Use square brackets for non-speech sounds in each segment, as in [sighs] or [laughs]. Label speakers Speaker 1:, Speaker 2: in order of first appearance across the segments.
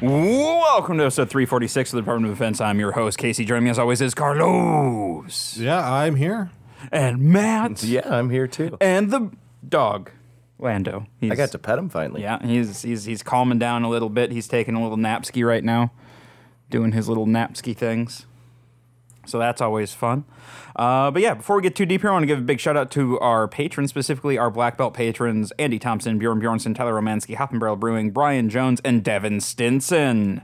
Speaker 1: Welcome to episode 346 of the Department of Defense. I'm your host, Casey. Joining me as always is Carlos
Speaker 2: Yeah, I'm here.
Speaker 1: and Matt
Speaker 3: Yeah, I'm here too.
Speaker 1: and the dog, Lando. He's,
Speaker 3: I got to pet him finally.
Speaker 1: Yeah, he's, he's, he's calming down a little bit. He's taking a little napski right now, doing his little napski things. So that's always fun. Uh, but yeah, before we get too deep here, I want to give a big shout out to our patrons, specifically our black belt patrons Andy Thompson, Bjorn Bjornson, Tyler Romansky, Hop and Barrel Brewing, Brian Jones, and Devin Stinson.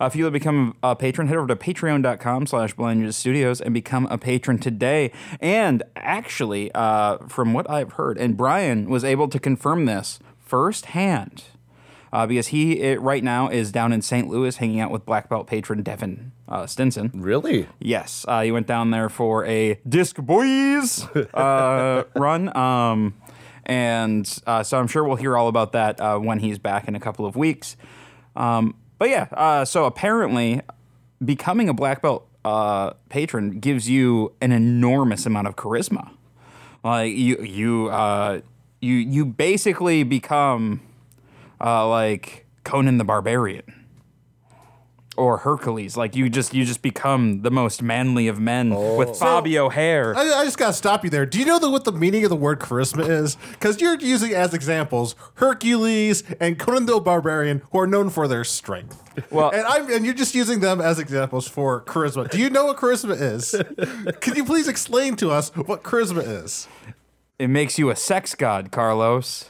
Speaker 1: Uh, If you would become a patron, head over to patreon.com slash Blind Ninja studios and become a patron today. And actually, uh, from what I've heard, and Brian was able to confirm this firsthand uh, because he it, right now is down in St. Louis hanging out with black belt patron Devin uh, Stinson.
Speaker 3: Really?
Speaker 1: Yes, uh, he went down there for a disc boys uh, run, um, and uh, so I'm sure we'll hear all about that uh, when he's back in a couple of weeks. Um, but yeah, uh, so apparently, becoming a black belt uh, patron gives you an enormous amount of charisma. Like you, you, uh, you, you basically become uh, like Conan the Barbarian or Hercules. Like you just you just become the most manly of men with Fabio hair.
Speaker 2: I, I just gotta stop you there. Do you know the, what the meaning of the word charisma is? Because you're using as examples Hercules and Conan the Barbarian, who are known for their strength.
Speaker 1: Well-
Speaker 2: and I'm and you're just using them as examples for charisma. Do you know what charisma
Speaker 3: [laughs]
Speaker 2: is? Can you please explain to us what charisma is?
Speaker 1: It makes you a sex god, Carlos.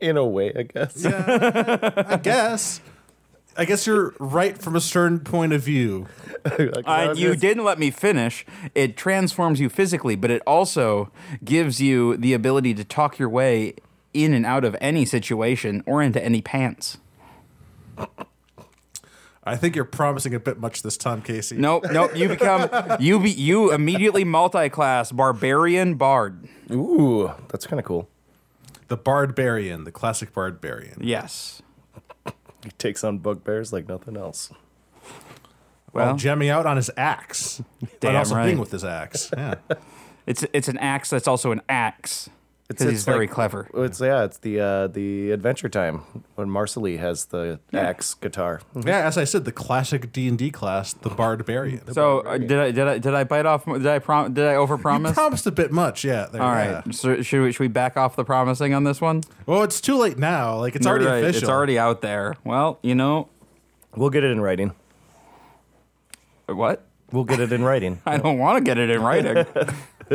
Speaker 3: In a way, I guess.
Speaker 2: I guess. I guess you're right from a certain point of view.
Speaker 3: [laughs] Like,
Speaker 1: Uh, you didn't let me finish. It transforms you physically, but it also gives you the ability to talk your way in and out of any situation or into any pants.
Speaker 2: I think you're promising a bit much this time, Casey.
Speaker 1: Nope, nope. You become you be you immediately multi-class barbarian bard.
Speaker 3: Ooh, that's kind of cool.
Speaker 2: The Barbarian, the classic Barbarian.
Speaker 1: Yes.
Speaker 3: He takes on bugbears like nothing else.
Speaker 2: Well,
Speaker 1: Well,
Speaker 2: jamming out on his
Speaker 1: [laughs]
Speaker 2: axe.
Speaker 1: Damn
Speaker 2: and also
Speaker 1: right.
Speaker 2: being with
Speaker 1: [laughs]
Speaker 2: his axe. Yeah.
Speaker 1: it's it's an axe that's also an axe. Because he's very
Speaker 3: like-
Speaker 1: clever.
Speaker 3: It's yeah, it's the uh, the Adventure Time when Marcelli has the axe guitar.
Speaker 2: yeah, as I said, the classic D and D class, the Barbarian.
Speaker 1: So uh, did I did I did I bite off did I prom did I overpromise?
Speaker 2: [laughs] Promised a bit much, yeah. There,
Speaker 1: All
Speaker 2: yeah.
Speaker 1: right. So should we, should we back off the promising on this one?
Speaker 2: Well, it's too late now. Like it's already
Speaker 1: Right,
Speaker 2: official.
Speaker 1: It's already out there. Well, you know
Speaker 3: We'll get it in writing.
Speaker 1: what?
Speaker 3: We'll get it in writing.
Speaker 1: I don't want to get it in writing.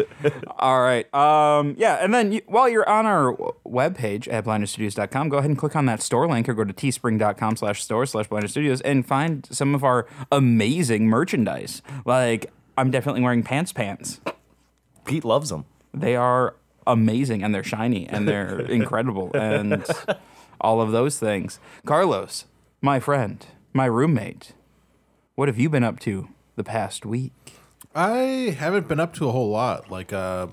Speaker 1: [laughs] All right. Um, yeah, and then you, while you're on our w- webpage at blinderstudios.com, go ahead and click on that store link or go to teespring.com slash store slash blinderstudios and find some of our amazing merchandise. Like, I'm definitely wearing pants pants.
Speaker 3: Pete loves them.
Speaker 1: They are amazing and they're shiny and
Speaker 3: [laughs]
Speaker 1: they're incredible and all of those things. Carlos, my friend, my roommate, what have you been up to the past week?
Speaker 2: I haven't been up to a whole lot. Like uh,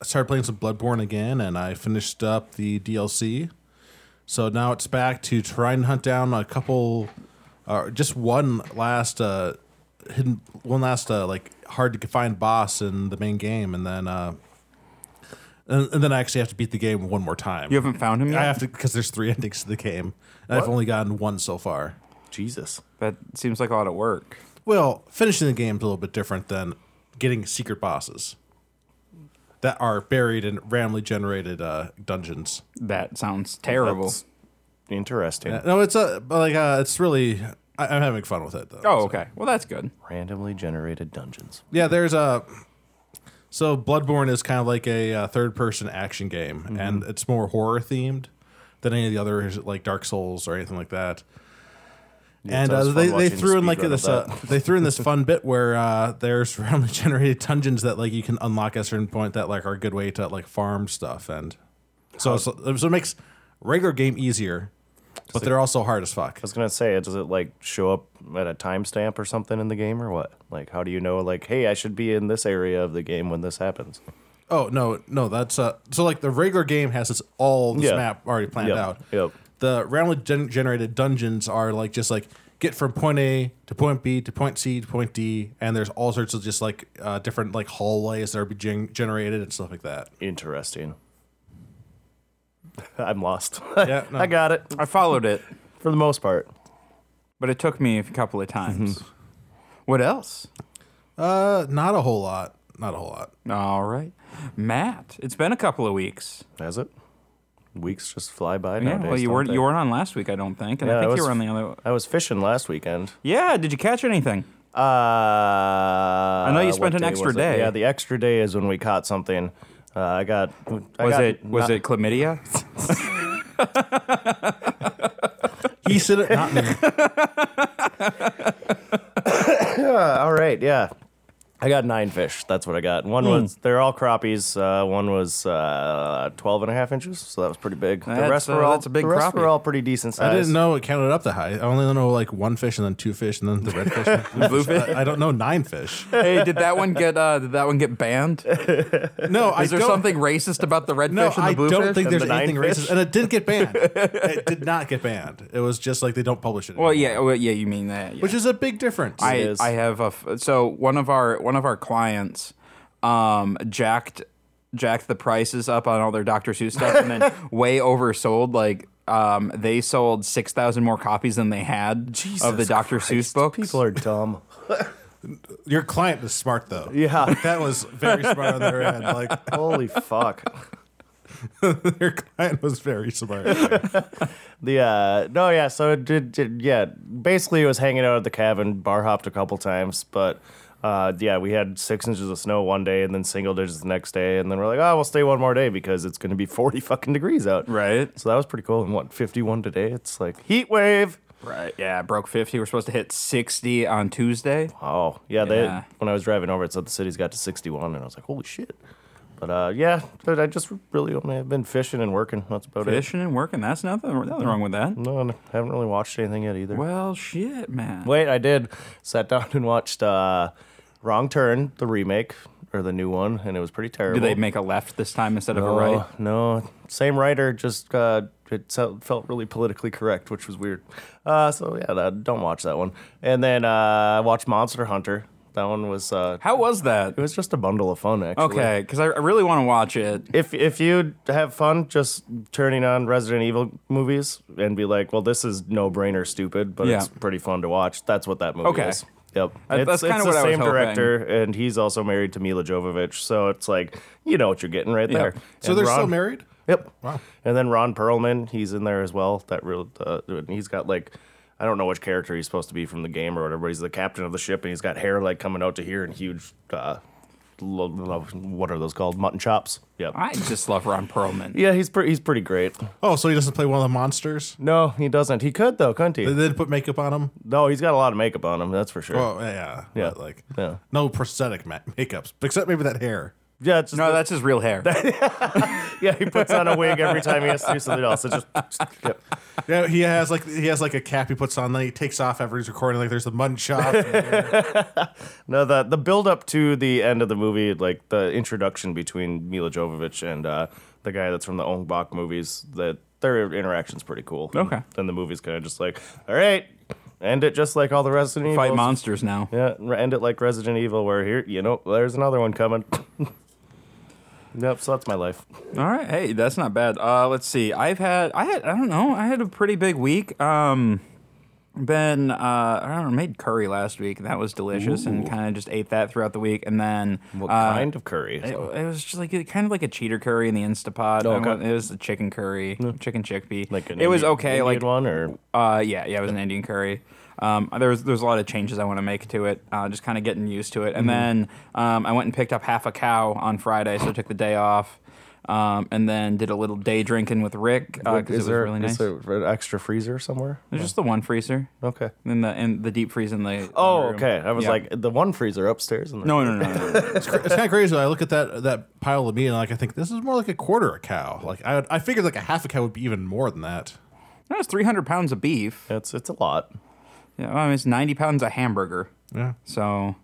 Speaker 2: I started playing some Bloodborne again, and I finished up the DLC. So now it's back to try and hunt down a couple, uh, just one last uh, hidden, one last uh, like hard to find boss in the main game, and then uh, and, and then I actually have to beat the game one more time.
Speaker 1: You haven't found him yet?
Speaker 2: I have to because there's three endings to the game, and I've only gotten one so far.
Speaker 3: Jesus.
Speaker 1: That seems like a lot of work.
Speaker 2: Well, finishing the game is a little bit different than getting secret bosses that are buried in randomly generated uh, dungeons.
Speaker 1: That sounds terrible.
Speaker 3: That's interesting.
Speaker 2: No, it's a but like uh, it's really I, I'm having fun with it though.
Speaker 1: oh, okay. Well, that's good.
Speaker 3: Randomly generated dungeons.
Speaker 2: Yeah, there's a so Bloodborne is kind of like a uh, third-person action game,
Speaker 3: Mm-hmm.
Speaker 2: and it's more horror themed than any of the others like Dark Souls or anything like that. and
Speaker 3: it's
Speaker 2: uh,
Speaker 3: always
Speaker 2: they,
Speaker 3: fun
Speaker 2: they
Speaker 3: watching
Speaker 2: threw in
Speaker 3: the
Speaker 2: like
Speaker 3: speedrun of
Speaker 2: this uh, they threw
Speaker 3: [laughs]
Speaker 2: in this fun bit where uh, there's [laughs] randomly generated dungeons that like you can unlock at a certain point that like are a good way to like farm stuff and so so, so it makes regular game easier but they're also hard as fuck.
Speaker 3: was gonna say, does it like show up at a timestamp or something in the game or what? Like, how do you know? Like, hey, I should be in this area of the game when this happens.
Speaker 2: Oh no, no, that's uh. So like the regular game has its all this
Speaker 3: Yeah.
Speaker 2: map already planned
Speaker 3: Yep,
Speaker 2: out.
Speaker 3: yep.
Speaker 2: The randomly gen- generated dungeons are like just like get from point A to point B to point C to point D, and there's all sorts of just like uh, different like hallways that are be gen- generated and stuff like that.
Speaker 3: Interesting. [laughs] I'm lost. [laughs]
Speaker 2: Yeah, no.
Speaker 3: I got it
Speaker 1: I followed it,
Speaker 3: for the most part.
Speaker 1: but it took me a couple of times.
Speaker 3: Mm-hmm.
Speaker 1: What else?
Speaker 2: Uh, not a whole lot. Not a whole lot.
Speaker 1: All right, Matt. It's been a couple of weeks.
Speaker 3: Has it? Weeks just fly by
Speaker 1: Yeah.
Speaker 3: nowadays.
Speaker 1: well, you
Speaker 3: don't
Speaker 1: weren't
Speaker 3: they?
Speaker 1: you weren't on last week, I don't think, and
Speaker 3: Yeah,
Speaker 1: I
Speaker 3: I
Speaker 1: think you
Speaker 3: was-
Speaker 1: were on the other.
Speaker 3: I was fishing last weekend.
Speaker 1: Yeah. Did you catch anything?
Speaker 3: Uh, I
Speaker 1: know you spent an extra day.
Speaker 3: Yeah, the extra day is when we caught something. Uh, I got. I
Speaker 1: Was
Speaker 3: got
Speaker 1: it was
Speaker 3: not-
Speaker 1: it chlamydia?
Speaker 2: He said it, not me.
Speaker 3: All right, yeah. I got nine fish. That's what I got.
Speaker 1: Hmm.
Speaker 3: One was, they're all crappies. Uh, one was uh, 12 and a half inches, so that was pretty big. the
Speaker 1: That's,
Speaker 3: rest,
Speaker 1: uh,
Speaker 3: were, all,
Speaker 1: that's a big
Speaker 3: the rest
Speaker 1: crappie.
Speaker 3: were all pretty decent
Speaker 2: I
Speaker 3: size.
Speaker 2: didn't know it counted up that high. I only know like one fish and then two fish and then the red fish. and the blue fish. I, I don't know nine fish.
Speaker 1: [laughs] hey, did that one get uh, did that one get banned?
Speaker 2: No, I
Speaker 1: Is there
Speaker 2: don't-
Speaker 1: something racist about the redfish
Speaker 2: No,
Speaker 1: and the
Speaker 2: I
Speaker 1: bluefish?
Speaker 2: don't think
Speaker 3: And
Speaker 2: there's
Speaker 3: the nine
Speaker 2: anything
Speaker 3: fish?
Speaker 2: racist, and it didn't get
Speaker 3: [laughs]
Speaker 2: banned. it did not get banned. It was just like they don't publish it,
Speaker 1: Well,
Speaker 2: anymore,
Speaker 1: yeah, well, yeah, you mean that. yeah.
Speaker 2: which is a big difference.
Speaker 1: I,
Speaker 3: is.
Speaker 1: I have a f- so one of our one of our clients um jacked jacked the prices up on all their Dr. Seuss stuff and then way oversold like um they sold 6,000 more copies than they had of the Dr. Seuss books.
Speaker 3: People are dumb.
Speaker 2: Your client is smart though.
Speaker 3: Yeah.
Speaker 2: [laughs] that was very smart on their end. Like
Speaker 3: [laughs] Holy fuck.
Speaker 2: their client was very smart. Like,
Speaker 3: The uh, no, yeah. So it did, did, yeah. Basically, it was hanging out at the cabin, bar hopped a couple times, but uh, yeah, we had six inches of snow one day, and then single digits the next day, and then we're like, oh, we'll stay one more day because it's going to be forty fucking degrees out.
Speaker 1: Right.
Speaker 3: So that was pretty cool. And what fifty one today? It's like heat wave.
Speaker 1: Right. Yeah, broke 50. We're supposed to hit 60 on Tuesday.
Speaker 3: Oh yeah, they
Speaker 1: Yeah.
Speaker 3: when I was driving over, it said the city's got to sixty one, and I was like, holy shit. But uh, yeah, but I just really only have been fishing and working. That's about
Speaker 1: Fishing and working, that's nothing, nothing wrong with that.
Speaker 3: it. No, I haven't really watched anything yet either.
Speaker 1: Well, shit, man.
Speaker 3: Wait, I did. Sat down and watched uh, Wrong Turn, the remake or the new one, and it was pretty terrible.
Speaker 1: Do they make a left this time instead of
Speaker 3: no,
Speaker 1: a right?
Speaker 3: No, same writer, just uh, it so- felt really politically correct, which was weird. Uh, so yeah, that, don't watch that one. And then uh, I watched Monster Hunter. That one was uh,
Speaker 1: How was that?
Speaker 3: it was just a bundle of fun actually.
Speaker 1: Okay, because I, I really want to watch it.
Speaker 3: if if you have fun just turning on Resident Evil movies and be like, well, this is no brainer, stupid, but it's
Speaker 1: Yeah.
Speaker 3: pretty fun to watch. That's what that movie
Speaker 1: Okay.
Speaker 3: is. Yep,
Speaker 1: That-
Speaker 3: it's,
Speaker 1: that's kinda
Speaker 3: it's
Speaker 1: what
Speaker 3: the
Speaker 1: I was
Speaker 3: same
Speaker 1: hoping.
Speaker 3: director, and he's also married to Mila Jovovich, so it's like you know what you're getting right
Speaker 1: Yeah.
Speaker 3: there.
Speaker 2: so
Speaker 3: And
Speaker 2: they're
Speaker 3: Ron-
Speaker 2: still married.
Speaker 3: Yep.
Speaker 2: Wow.
Speaker 3: And then Ron Perlman, he's in there as well. That real, uh, and he's got like, I don't know which character he's supposed to be from the game or whatever. But he's the captain of the ship, and he's got hair like coming out to here and huge, uh, lo- lo- what are those called? Mutton chops. Yep.
Speaker 1: I just love Ron Perlman.
Speaker 3: [laughs] Yeah, he's pretty. He's pretty great.
Speaker 2: Oh, so he doesn't play one of the monsters.
Speaker 3: No, he doesn't. He could though, couldn't
Speaker 2: They
Speaker 3: he?
Speaker 2: did put makeup on him.
Speaker 3: No, he's got a lot of makeup on him. That's for sure.
Speaker 2: Oh yeah,
Speaker 3: Yeah.
Speaker 2: But, like
Speaker 3: Yeah.
Speaker 2: no prosthetic ma- makeups except maybe that hair.
Speaker 3: yeah, it's just
Speaker 1: No, that's his real
Speaker 3: [laughs]
Speaker 1: hair.
Speaker 3: yeah. He puts on a wig every time he has to do something else. It's just yep.
Speaker 2: Yeah, he has like he has like a cap he puts on, then he takes off after he's recording. Like there's the mutton chop.
Speaker 3: no. The the build up to the end of the movie, like the introduction between Mila Jovovich and uh, the guy that's from the Ong Bak movies, that their interaction's pretty cool.
Speaker 1: Okay.
Speaker 3: Then the movie's kind of just like, all right, end it just like all the Resident Evil.
Speaker 1: Fight monsters now.
Speaker 3: Yeah, re- end it like Resident Evil, where here, you know, there's another one coming. [laughs] yep. So that's my life.
Speaker 1: All right, hey, that's not bad. Uh, let's see. I've had, I had, I don't know, I had a pretty big week. Um, been, uh, I don't know, made curry last week. and That was delicious, and kind of just ate that throughout the week. And then,
Speaker 3: What
Speaker 1: uh,
Speaker 3: kind of curry?
Speaker 1: It, it was just like a- kind of like a cheater curry in the Instapot.
Speaker 3: Oh, okay.
Speaker 1: It was the chicken curry, chicken chickpea.
Speaker 3: like an
Speaker 1: it was
Speaker 3: Indian-
Speaker 1: okay.
Speaker 3: Indian
Speaker 1: like
Speaker 3: one or
Speaker 1: Uh, yeah, yeah, it was an Indian curry. Um, there's there's a lot of changes I want to make to it. Uh, just kind of getting used to
Speaker 3: Mm-hmm.
Speaker 1: it. And then um, I went and picked up half a cow on Friday, so I took the day off. Um, and then did a little day drinking with Rick because it was really nice. There's
Speaker 3: an extra freezer somewhere?
Speaker 1: just the one freezer
Speaker 3: Okay.
Speaker 1: in the in the deep freeze in the.
Speaker 3: Oh,
Speaker 1: room.
Speaker 3: okay. I was
Speaker 1: Yeah.
Speaker 3: like the one freezer upstairs. And
Speaker 1: no, no, no, no,
Speaker 3: [laughs]
Speaker 1: no.
Speaker 2: It's, cra- it's kind of crazy. I look at that that pile of meat and like I think this is more like a quarter a cow. Like I I figured like a half a cow would be even more than that.
Speaker 1: That was 300 pounds of beef.
Speaker 3: It's it's a lot. [laughs]
Speaker 1: Yeah, well, I mean, it's 90 pounds of hamburger.
Speaker 2: Yeah.
Speaker 1: So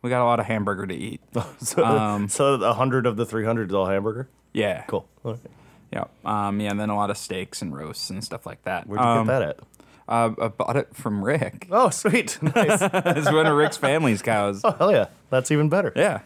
Speaker 1: we got a lot of hamburger to
Speaker 3: [laughs]
Speaker 1: eat.
Speaker 3: So so a hundred of the three hundred is all hamburger.
Speaker 1: Yeah.
Speaker 3: Cool. All right.
Speaker 1: Yeah. Um, yeah, and then a lot of steaks and roasts and stuff like that.
Speaker 3: Where'd you
Speaker 1: Um,
Speaker 3: get that at?
Speaker 1: Uh, I bought it from Rick. [laughs]
Speaker 3: Oh, [laughs] sweet. Nice. [laughs]
Speaker 1: it's one of Rick's family's cows.
Speaker 3: oh, hell yeah. That's even better.
Speaker 1: Yeah.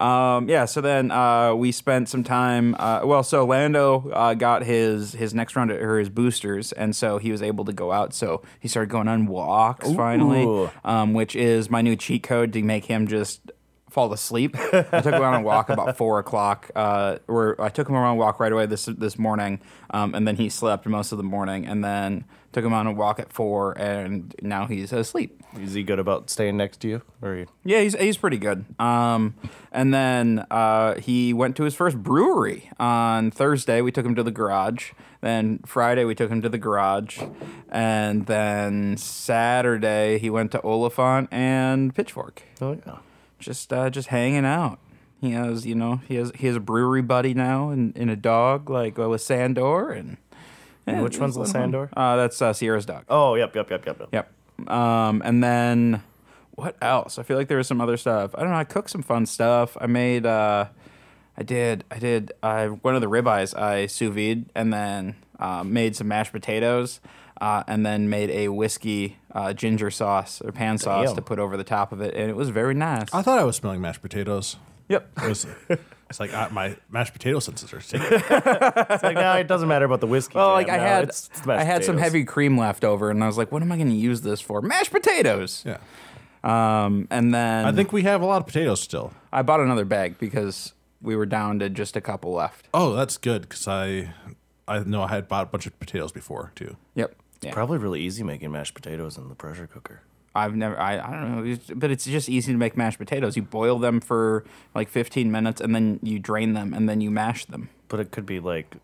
Speaker 1: Um, yeah. So then uh, we spent some time. Uh, well, so Lando uh, got his his next round of, or his boosters, and so he was able to go out. So he started going on walks finally, um, which is my new cheat code to make him just fall asleep. I took him on a walk about four o'clock. Uh, or I took him on a walk right away this this morning, um, and then he slept most of the morning, and then took him on a walk at four, and now he's asleep.
Speaker 3: Is he good about staying next to you? Or you?
Speaker 1: Yeah, he's he's pretty good. Um, and then uh, he went to his first brewery on Thursday. We took him to the garage. Then Friday we took him to the garage, and then Saturday he went to Oliphant and Pitchfork,
Speaker 3: Oh, yeah.
Speaker 1: just uh, just hanging out. He has you know he has he has a brewery buddy now and, and a dog like uh, with Sandor and, yeah,
Speaker 3: which one's
Speaker 1: just let
Speaker 3: the
Speaker 1: him-
Speaker 3: Sandor?
Speaker 1: Uh, that's uh, Sierra's dog.
Speaker 3: Oh, yep, yep, yep, yep. yep.
Speaker 1: Yep. Um, and then what else? I feel like there was some other stuff. I don't know. I cooked some fun stuff. I made. Uh, I did. I did. I one of the ribeyes I sous vide and then uh, made some mashed potatoes. Uh, and then made a whiskey uh, ginger sauce or pan sauce
Speaker 3: Damn.
Speaker 1: to put over the top of it, and it was very nice.
Speaker 2: I thought I was smelling mashed potatoes.
Speaker 1: yep.
Speaker 2: It was, it's like uh, my mashed potato senses are sick.
Speaker 3: It's like, no, it doesn't matter about the [laughs] whiskey.
Speaker 1: Well,
Speaker 3: jam.
Speaker 1: like I
Speaker 3: No,
Speaker 1: had,
Speaker 3: it's- it's mashed
Speaker 1: I had some
Speaker 3: potatoes.
Speaker 1: heavy cream left over, and I was like, "What am I going to use this for? Mashed potatoes."
Speaker 2: Yeah.
Speaker 1: Um, and then
Speaker 2: I think we have a lot of potatoes still.
Speaker 1: I bought another bag because we were down to just a couple left.
Speaker 2: Oh, that's good because I, I know I had bought a bunch of potatoes before too.
Speaker 1: Yep. Yeah.
Speaker 3: Probably really easy making mashed potatoes in the pressure cooker.
Speaker 1: I've never, I, I don't know, it's- but it's just easy to make mashed potatoes. You boil them for like 15 minutes and then you drain them and then you mash them.
Speaker 3: But it could be like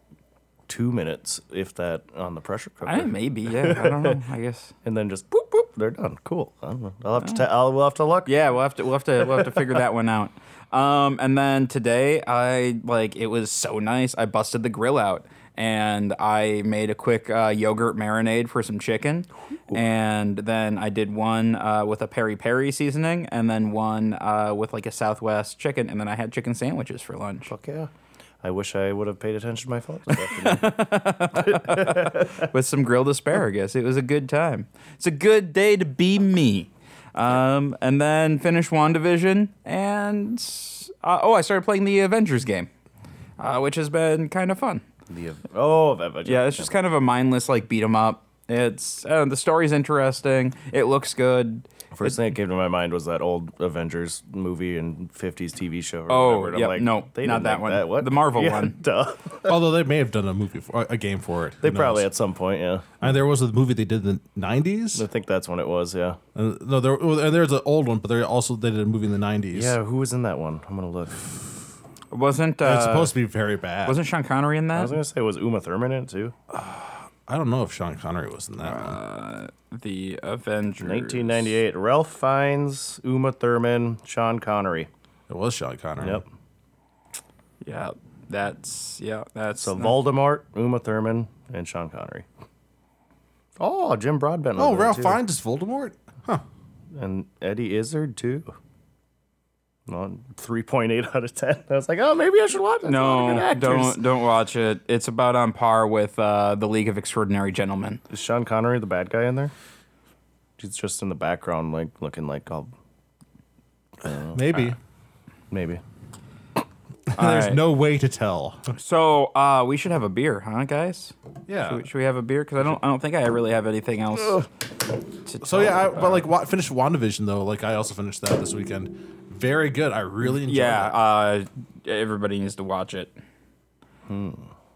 Speaker 3: two minutes, if that, on the pressure cooker.
Speaker 1: I maybe, yeah. I don't know. I guess.
Speaker 3: and then just boop, boop, they're done. Cool. I don't know. I'll have to, ta- I'll, we'll have to look.
Speaker 1: [laughs] Yeah, we'll have to, we'll have to, we'll have to figure that one out. Um, and then today, I like it was so nice. I busted the grill out and I made a quick uh, yogurt marinade for some chicken, and then I did one uh, with a peri peri seasoning, and then one uh, with like a Southwest chicken, and then I had chicken sandwiches for lunch.
Speaker 3: Fuck yeah. I wish I would have paid attention to my phone
Speaker 1: [laughs]
Speaker 3: this afternoon.
Speaker 1: with some grilled asparagus. It was a good time. It's a good day to be me. Um, and then finish WandaVision. And uh, oh, I started playing the Avengers game, uh, which has been kind of fun.
Speaker 3: the, oh, that-
Speaker 1: Yeah, it's just kind of a mindless like beat 'em up. It's uh, the story's interesting. It looks good.
Speaker 3: First thing that came to my mind was that old Avengers movie and 50s TV show. Or
Speaker 1: Oh,
Speaker 3: whatever. and I'm
Speaker 1: yep,
Speaker 3: like,
Speaker 1: no,
Speaker 3: they
Speaker 1: not
Speaker 3: didn't
Speaker 1: that
Speaker 3: make
Speaker 1: one.
Speaker 3: That. What?
Speaker 1: The Marvel
Speaker 3: Yeah,
Speaker 1: one.
Speaker 3: Duh.
Speaker 2: Although they may have done a movie, for, a game for it.
Speaker 3: They
Speaker 2: Who knows?
Speaker 3: probably at some point, yeah.
Speaker 2: And there was a movie they did in the '90s.
Speaker 3: I think that's when it was, yeah.
Speaker 2: Uh, no, there well, and there's an old one, but they also they did a movie in the '90s.
Speaker 3: Yeah, who was in that one? I'm gonna look.
Speaker 1: Wasn't
Speaker 2: And
Speaker 1: uh,
Speaker 2: it's supposed to be very bad.
Speaker 1: wasn't Sean Connery in
Speaker 3: I
Speaker 1: that?
Speaker 3: was gonna say was Uma Thurman in it too?
Speaker 2: I don't know if Sean Connery was in that.
Speaker 1: Uh,
Speaker 2: one.
Speaker 1: The Avengers.
Speaker 3: 1998. Ralph Fiennes, Uma Thurman, Sean Connery.
Speaker 2: It was Sean Connery.
Speaker 1: Mm.
Speaker 3: Yep.
Speaker 1: Yeah, that's yeah, that's
Speaker 3: So
Speaker 1: not-
Speaker 3: Voldemort, Uma Thurman, and Sean Connery. Oh, Jim Broadbent. was
Speaker 2: Oh,
Speaker 3: in it,
Speaker 2: Ralph
Speaker 3: too.
Speaker 2: Fiennes is Voldemort. Huh.
Speaker 3: and Eddie Izzard too. Well, 3.8 out of 10. I was like, oh, maybe I should watch it.
Speaker 1: No, don't don't watch it. It's about on par with uh, the League of Extraordinary Gentlemen.
Speaker 3: Is Sean Connery the bad guy in there? He's just in the background, like looking like, oh,
Speaker 2: Maybe.
Speaker 3: maybe.
Speaker 2: [laughs] there's
Speaker 1: uh, right.
Speaker 2: no way
Speaker 1: [laughs]
Speaker 2: to tell.
Speaker 1: So uh, we should have a beer, huh, guys?
Speaker 2: Yeah.
Speaker 1: Should we, should we have a beer? Because I don't I don't think I really have anything else. to
Speaker 2: So
Speaker 1: tell
Speaker 2: yeah, I,
Speaker 1: about.
Speaker 2: but like wa- finished WandaVision though. Like I also finished that this weekend. Very good. I really enjoyed
Speaker 1: yeah,
Speaker 2: it.
Speaker 1: uh, everybody needs to watch it.
Speaker 3: Hmm.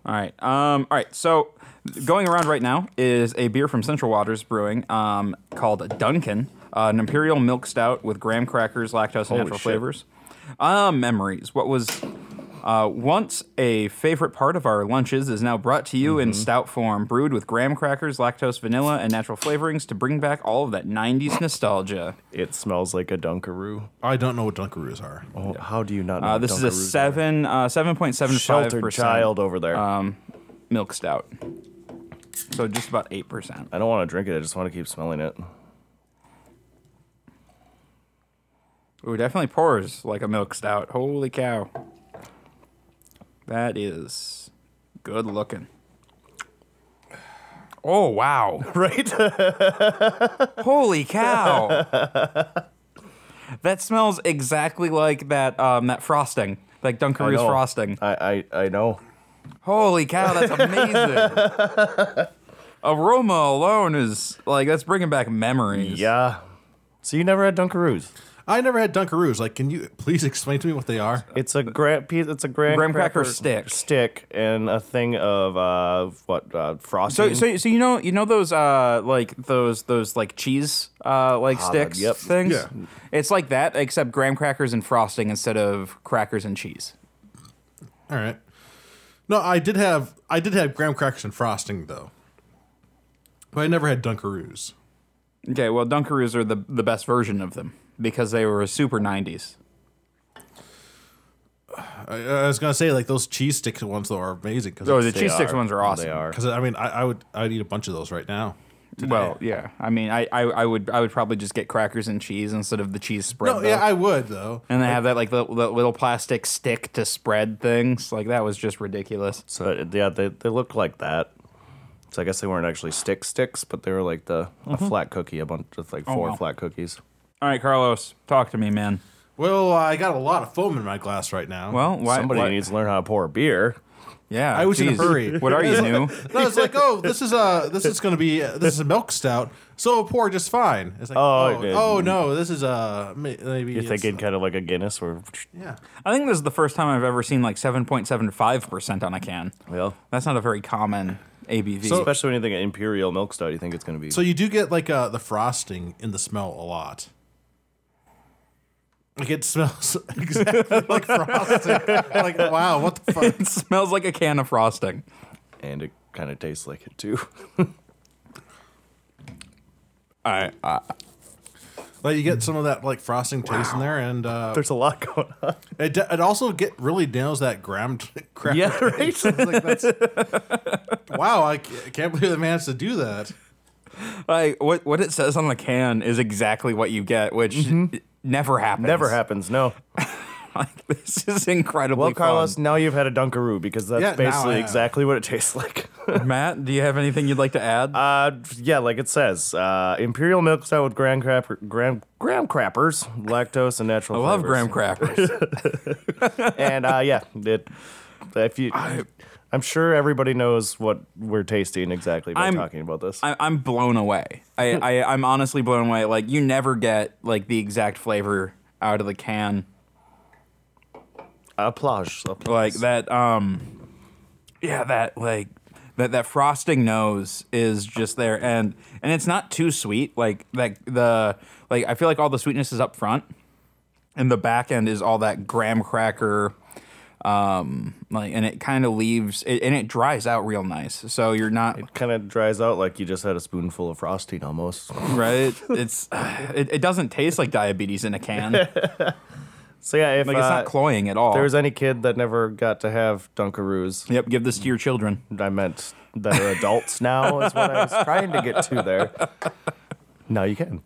Speaker 1: All right, um, all right. So going around right now is a beer from Central Waters Brewing um, called Duncan, uh, an imperial milk stout with graham crackers, lactose, and natural
Speaker 3: shit.
Speaker 1: flavors. Uh, memories. What was uh, once a favorite part of our lunches is now brought to you
Speaker 3: Mm-hmm.
Speaker 1: in stout form, brewed with graham crackers, lactose, vanilla, and natural flavorings to bring back all of that '90s nostalgia.
Speaker 3: It smells like a Dunkaroo.
Speaker 2: I don't know what Dunkaroos
Speaker 1: [laughs]
Speaker 2: are.
Speaker 3: Oh, how do you not know?
Speaker 1: Uh, this is a
Speaker 3: Dunkaroos are?
Speaker 1: seven, uh, seven point seven five
Speaker 3: sheltered
Speaker 1: percent
Speaker 3: child over there.
Speaker 1: milk stout. So just about eight percent.
Speaker 3: I don't want to drink it. I just want to keep smelling it.
Speaker 1: Ooh, definitely pours like a milk stout. Holy cow. That is good looking. Oh wow. [laughs]
Speaker 3: Right?
Speaker 1: Holy cow! that smells exactly like that um, that frosting, like Dunkaroos
Speaker 3: know.
Speaker 1: frosting.
Speaker 3: I, I, I know.
Speaker 1: Holy cow, that's amazing! Aroma alone is like that's bringing back memories.
Speaker 3: Yeah. So you never had Dunkaroos?
Speaker 2: [laughs] I never had Dunkaroos. Like, can you please explain to me what they are?
Speaker 3: It's a graham piece. It's a graham,
Speaker 1: Graham cracker stick.
Speaker 3: stick and a thing of uh what uh,
Speaker 1: So,
Speaker 3: frosting.
Speaker 1: so, so you know, you know those, uh, like those, those like cheese, uh, like sticks,
Speaker 3: yep.
Speaker 1: things.
Speaker 2: Yeah.
Speaker 1: It's like that, except graham crackers and frosting instead of crackers and cheese.
Speaker 2: All right. No, I did have I did have graham crackers and frosting though, but I never had Dunkaroos.
Speaker 1: Okay, well, Dunkaroos are the the best version of them because they were a super '90s.
Speaker 2: I, I was gonna say like those cheese sticks ones though are amazing because
Speaker 1: Oh, the
Speaker 3: They
Speaker 1: cheese sticks
Speaker 3: are.
Speaker 1: ones are awesome.
Speaker 3: They are.
Speaker 2: I mean I, I would I'd eat a bunch of those right now.
Speaker 1: Well, yeah. I mean, I, I, I would I would probably just get crackers and cheese instead of the cheese spread.
Speaker 2: No,
Speaker 1: though.
Speaker 2: yeah, I would though.
Speaker 1: and they have that like the, the little plastic stick to spread things. Like that was just ridiculous.
Speaker 3: So uh, yeah, they they look like that. So I guess they weren't actually stick sticks, but they were like the a flat cookie, a bunch of like four
Speaker 1: Mm-hmm. Oh, wow.
Speaker 3: flat cookies.
Speaker 1: All right, Carlos, talk to me, man.
Speaker 2: Well, I got a lot of foam in my glass right now.
Speaker 1: Well, why?
Speaker 3: Somebody
Speaker 1: why-
Speaker 3: needs to learn how to pour beer.
Speaker 1: Yeah,
Speaker 2: I was in a
Speaker 1: jeez. [laughs]
Speaker 2: hurry.
Speaker 1: What are you new?
Speaker 2: No, it's like, oh, this is a this is gonna be uh, this is a milk stout, so it'll pour just fine. It's like,
Speaker 3: Oh,
Speaker 2: oh,
Speaker 3: it-
Speaker 2: oh, no, this is a may- maybe
Speaker 3: You're
Speaker 2: it's-
Speaker 3: thinking kind of like a Guinness, or
Speaker 2: yeah.
Speaker 1: I think this is the first time I've ever seen like seven point seven five percent on a can.
Speaker 3: well,
Speaker 1: That's not a very common ABV.
Speaker 3: especially when you think of imperial milk stout, you think it's going to be.
Speaker 2: So you do get like uh, the frosting in the smell a lot. Like it smells [laughs] exactly like frosting. like wow, what the fuck?
Speaker 1: it [laughs] smells like a can of frosting.
Speaker 3: and it kind of tastes like it too. [laughs]
Speaker 1: I,
Speaker 2: Like you get some of that like frosting taste in there, and uh,
Speaker 3: There's a lot going on.
Speaker 2: it, d- it also get really nails that graham t- [laughs] cracker. [laughs]
Speaker 3: right.
Speaker 2: It's like,
Speaker 3: [laughs]
Speaker 2: that's, wow, I ca- can't believe they managed to do that.
Speaker 1: Like what what it says on the can is exactly what you get, which Mm-hmm. never happens.
Speaker 3: Never happens. No.
Speaker 1: [laughs] Like this is incredibly
Speaker 3: Well, Carlos,
Speaker 1: fun.
Speaker 3: now you've had a Dunkaroo because that's
Speaker 2: Yeah, now I
Speaker 3: basically
Speaker 2: have.
Speaker 3: exactly what it tastes [laughs] like.
Speaker 1: [laughs] Matt, do you have anything you'd like to add?
Speaker 3: Uh, yeah, like it says, uh, imperial milk stout with graham crapper, graham, graham crappers, lactose and
Speaker 1: I
Speaker 3: natural.
Speaker 1: love graham [laughs] crackers.
Speaker 3: And uh, yeah, it, if you, I, am sure everybody knows what we're tasting exactly by
Speaker 1: I'm-
Speaker 3: talking about this.
Speaker 1: I, I'm blown away. I, I I'm honestly blown away. Like you never get like the exact flavor out of the can
Speaker 3: applause, applause.
Speaker 1: like that. Um, yeah, that like that that frosting nose is just there, and and it's not too sweet. Like like the like I feel like all the sweetness is up front, and the back end is all that graham cracker. Um, like, and it kind of leaves, it, and it dries out real nice. So you're not
Speaker 3: Kind of dries out like you just had a spoonful of frosting almost.
Speaker 1: [laughs] right? It's [sighs] it, it doesn't taste like diabetes in a can. Like it's
Speaker 3: So yeah, if uh,
Speaker 1: not cloying at all.
Speaker 3: there's any kid that never got to have Dunkaroos,
Speaker 1: yep, give this to your children.
Speaker 3: I meant that are adults now is what I was trying to get to there. Now you can.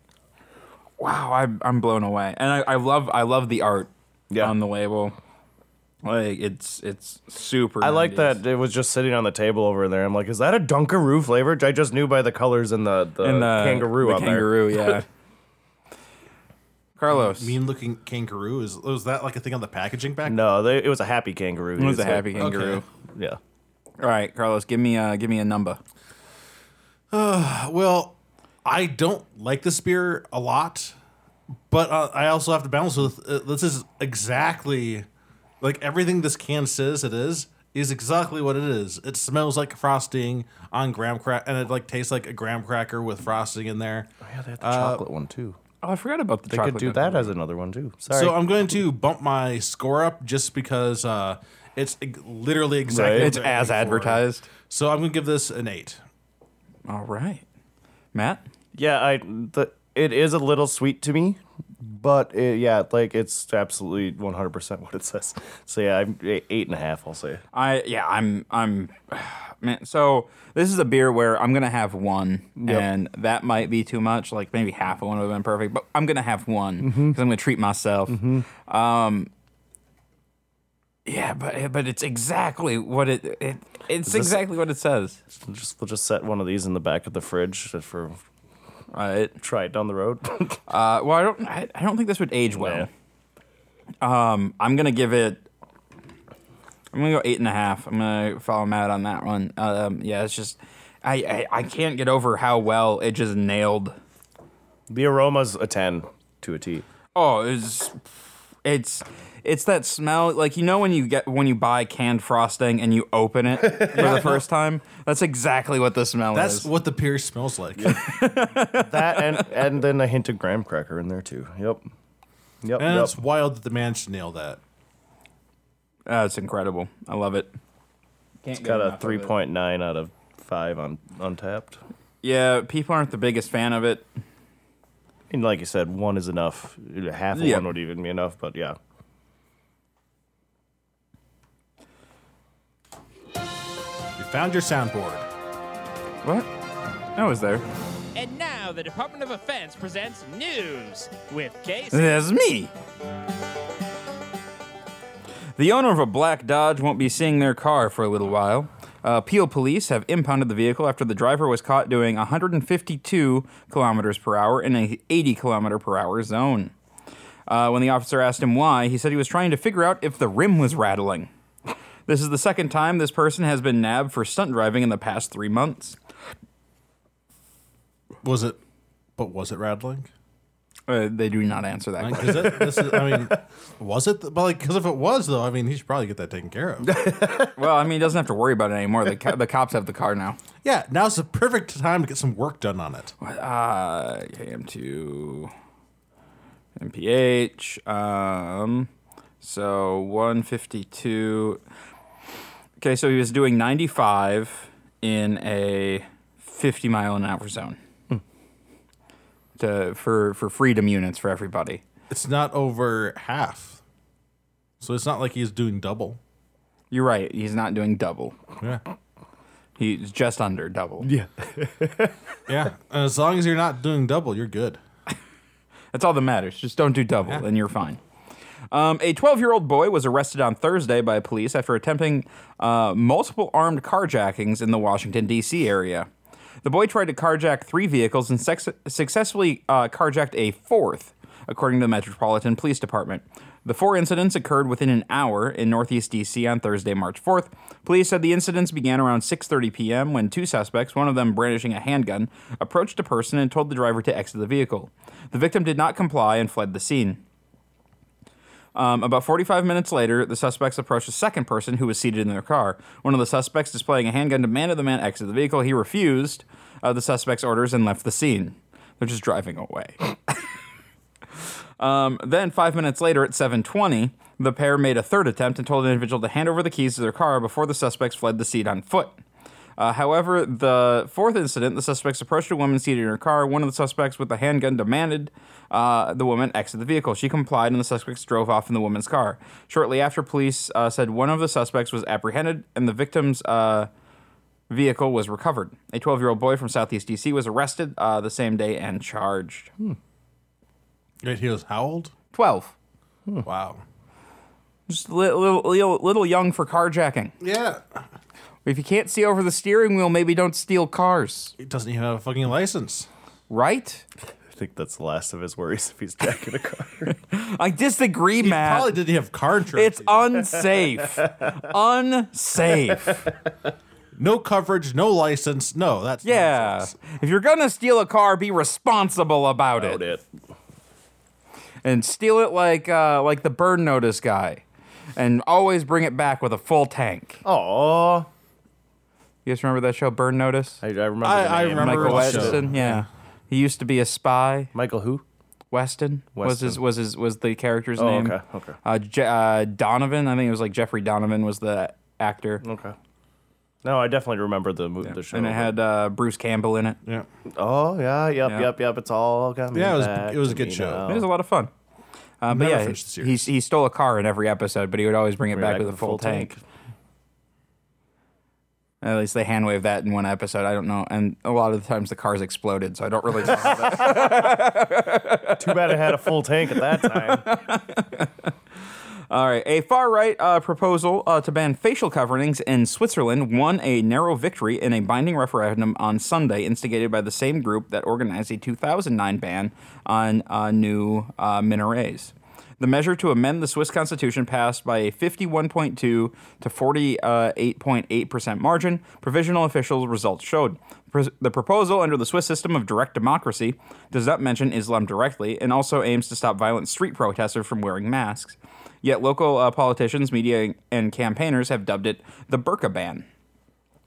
Speaker 1: Wow, I'm I'm blown away, and I, I love I love the art
Speaker 3: Yeah.
Speaker 1: on the label. Like it's it's super.
Speaker 3: I like that it was just sitting on the table over there. I'm like, is that a Dunkaroo flavor? I just knew by the colors and the, the,
Speaker 1: and the
Speaker 3: uh, kangaroo
Speaker 1: the
Speaker 3: on
Speaker 1: kangaroo,
Speaker 3: [laughs]
Speaker 1: yeah. Carlos,
Speaker 2: Mean looking kangaroo is was that like a thing on the packaging back?
Speaker 3: there. No, they, it was a happy kangaroo.
Speaker 1: it was
Speaker 3: It's
Speaker 1: a
Speaker 3: like-
Speaker 1: happy kangaroo.
Speaker 2: Okay.
Speaker 3: Yeah.
Speaker 1: All right, Carlos, give me a give me a number.
Speaker 2: Uh, Well, I don't like this beer a lot, but uh, I also have to balance with uh, this is exactly like everything this can says it is is exactly what it is. It smells like frosting on graham crack, and it like tastes like a graham cracker with frosting in there.
Speaker 3: Oh, Yeah, they had
Speaker 1: Uh,
Speaker 3: the chocolate one too.
Speaker 1: Oh, I forgot about the.
Speaker 3: They could do that as another one too. Sorry.
Speaker 2: So I'm going to bump my score up just because uh, it's ex- literally exactly
Speaker 3: Right.
Speaker 2: what
Speaker 1: It's
Speaker 2: they're
Speaker 1: as
Speaker 2: aiming for.
Speaker 1: advertised.
Speaker 2: So I'm going to give this an eight.
Speaker 1: All right, Matt.
Speaker 3: yeah, I the, it is a little sweet to me, But it, yeah, like it's absolutely 100% what it says. So yeah, I'm eight eight and a half, I'll say.
Speaker 1: I yeah, I'm I'm [sighs] man. So this is a beer where I'm gonna have one, and that might be too much. Like maybe half of one would have been perfect, but I'm gonna have one because I'm gonna treat myself. Um, yeah, but but it's exactly what it, it it's exactly what it says.
Speaker 3: We'll just, we'll just set one of these in the back of the fridge for
Speaker 1: Right.
Speaker 3: try it down the road. [laughs]
Speaker 1: Uh, well, I don't I, I don't think this would age well. Um, I'm gonna give it. I'm gonna go eight and a half. I'm gonna follow Matt on that one. Um, yeah, it's just I, I I can't get over how well it just nailed.
Speaker 3: the aroma's a 10 to a T.
Speaker 1: Oh, it's it's it's that smell like you know when you get when you buy canned frosting and you open it for the first time. That's exactly what the smell
Speaker 2: That's
Speaker 1: is.
Speaker 2: what the beer smells like.
Speaker 3: That and and then a hint of graham cracker in there too. Yep. Yep.
Speaker 2: And
Speaker 3: yep.
Speaker 2: it's wild that the man should nail that.
Speaker 1: That's Uh, incredible. I love it. Can't
Speaker 3: Got a 3.9 out of 5 on Untapped.
Speaker 1: Yeah, people aren't the biggest fan of it.
Speaker 3: And like you said, one is enough. Half of
Speaker 1: Yeah.
Speaker 3: one would even be enough, but yeah.
Speaker 2: You found your soundboard.
Speaker 1: What? I was there.
Speaker 4: And now the Department of Defense presents news with Casey.
Speaker 1: There's me. The owner of a black Dodge won't be seeing their car for a little while. Uh, Peel police have impounded the vehicle after the driver was caught doing 152 kilometers per hour in a 80 kilometer per hour zone. Uh, when the officer asked him why, he said he was trying to figure out if the rim was rattling. This is the second time this person has been nabbed for stunt driving in the past three months.
Speaker 2: Was it? But was it rattling?
Speaker 1: Uh, they do not answer that.
Speaker 2: Like,
Speaker 1: question.
Speaker 2: is it, this is, I mean, was it? But like, because if it was though, I mean, he should probably get that taken care
Speaker 1: [laughs]
Speaker 2: of.
Speaker 1: well, I mean, he doesn't have to worry about it anymore. The, co- the cops have the car now.
Speaker 2: yeah, now's the perfect time to get some work done on it.
Speaker 1: Uh, KM2, MPH. Um, so 152. Okay, so he was doing 95 in a 50 mile an hour zone to, for, for freedom units for everybody.
Speaker 2: It's not over half, so it's not like he's doing double.
Speaker 1: You're right. He's not doing double.
Speaker 2: Yeah,
Speaker 1: He's just under double.
Speaker 2: yeah. And as long as you're not doing double, you're good.
Speaker 1: That's all that matters. Just don't do double, and you're fine. Um, a 12 year old boy was arrested on Thursday by police after attempting uh, multiple armed carjackings in the Washington, D.C. area. The boy tried to carjack three vehicles and sex- successfully uh, carjacked a fourth, according to the Metropolitan Police Department. The four incidents occurred within an hour in Northeast D.C. on Thursday, March 4th. Police said the incidents began around 6:30 p.m. when two suspects, one of them brandishing a handgun, approached a person and told the driver to exit the vehicle. The victim did not comply and fled the scene. Um, about 45 minutes later, the suspects approached a second person who was seated in their car. One of the suspects, displaying a handgun, demanded the man exit the vehicle. He refused uh, the suspect's orders and left the scene. They're just driving away. [laughs] Um, then five minutes later, at 7:20, the pair made a third attempt and told an individual to hand over the keys to their car before the suspects fled the scene on foot. Uh, however, the fourth incident, the suspects approached a woman seated in her car. One of the suspects with a handgun demanded uh, the woman exit the vehicle. She complied, and the suspects drove off in the woman's car. Shortly after, police uh, said one of the suspects was apprehended, and the victim's uh, vehicle was recovered. A 12-year-old boy from Southeast DC was arrested uh, the same day and charged.
Speaker 2: Right? He was how old?
Speaker 1: Twelve.
Speaker 3: Hmm.
Speaker 2: Wow.
Speaker 1: just li- little, little, little young for carjacking.
Speaker 2: Yeah,
Speaker 1: If you can't see over the steering wheel, maybe don't steal cars,
Speaker 2: he doesn't even have a fucking license.
Speaker 1: right?
Speaker 3: I think that's the last of his worries if he's jacking a car.
Speaker 1: I disagree,
Speaker 3: Uh,
Speaker 1: Matt.
Speaker 2: Probably didn't have car insurance.
Speaker 1: it's
Speaker 3: [laughs]
Speaker 1: unsafe. unsafe.
Speaker 2: no coverage, no license. No, that's
Speaker 1: Yeah.
Speaker 2: nonsense.
Speaker 1: If you're gonna steal a car, be responsible about it,
Speaker 3: About it.
Speaker 1: and steal it like uh, like the burn notice guy, and always bring it back with a full tank.
Speaker 3: Aw.
Speaker 1: You guys remember that show, Burn Notice?
Speaker 3: I, I remember.
Speaker 2: I-
Speaker 3: the
Speaker 2: I
Speaker 3: name.
Speaker 2: remember
Speaker 1: Michael
Speaker 2: the show.
Speaker 1: Weston. Yeah. He used to be a spy.
Speaker 3: Michael who?
Speaker 1: Weston, was
Speaker 3: Weston.
Speaker 1: his was his was the character's
Speaker 3: Oh,
Speaker 1: name.
Speaker 3: okay, okay.
Speaker 1: Uh, Je- uh, Donovan, I think it was like Jeffrey Donovan was the actor.
Speaker 3: Okay. No, I definitely remember the movie, the show.
Speaker 1: and it had uh, Bruce Campbell in it.
Speaker 2: Yeah.
Speaker 3: oh yeah, yep, yep, yep. It's all coming.
Speaker 2: Yeah, it was-
Speaker 3: back
Speaker 2: it was a
Speaker 3: to
Speaker 2: good
Speaker 3: me
Speaker 2: show.
Speaker 3: now.
Speaker 1: It was a lot of fun. Uh, but
Speaker 2: Never
Speaker 1: yeah,
Speaker 2: finished the
Speaker 1: he,
Speaker 2: series.
Speaker 1: he stole a car in every episode, but he would always bring it back, with a full tank. At least they hand waved that in one episode. I don't know. And a lot of the times the cars exploded, so I don't really [laughs] know. how that-
Speaker 3: Too bad it had a full tank at that
Speaker 2: [laughs]
Speaker 3: time.
Speaker 1: All right. A far right uh, proposal uh, to ban facial coverings in Switzerland won a narrow victory in a binding referendum on Sunday, instigated by the same group that organized the 2009 ban on uh, new uh, minarets. The measure to amend the Swiss constitution passed by a 51.2 to 48.8% margin, provisional official results showed. Pres- The proposal under the Swiss system of direct democracy does not mention Islam directly and also aims to stop violent street protesters from wearing masks. Yet local uh, politicians, media, and campaigners have dubbed it the burqa ban.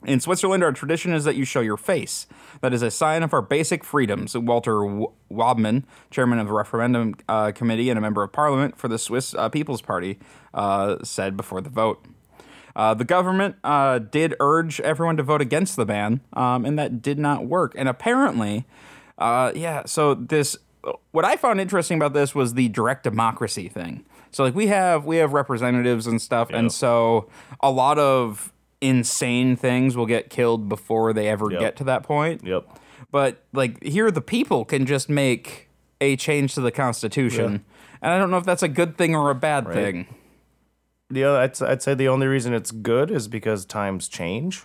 Speaker 1: In Switzerland, our tradition is that you show your face. That is a sign of our basic freedoms. Walter W- Wabman, chairman of the referendum uh, committee and a member of parliament for the Swiss uh, People's Party, uh, said before the vote. Uh, the government uh, did urge everyone to vote against the ban, um, and that did not work. And apparently, uh, yeah, so this what I found interesting about this was the direct democracy thing. So like we have we have representatives and stuff, and so a lot of insane things will get killed before they ever
Speaker 3: Yep.
Speaker 1: get to that point.
Speaker 3: Yep.
Speaker 1: But like here the people can just make a change to the constitution. And I don't know if that's a good thing or a bad thing.
Speaker 3: The other, I'd, I'd say the only reason it's good is because times change,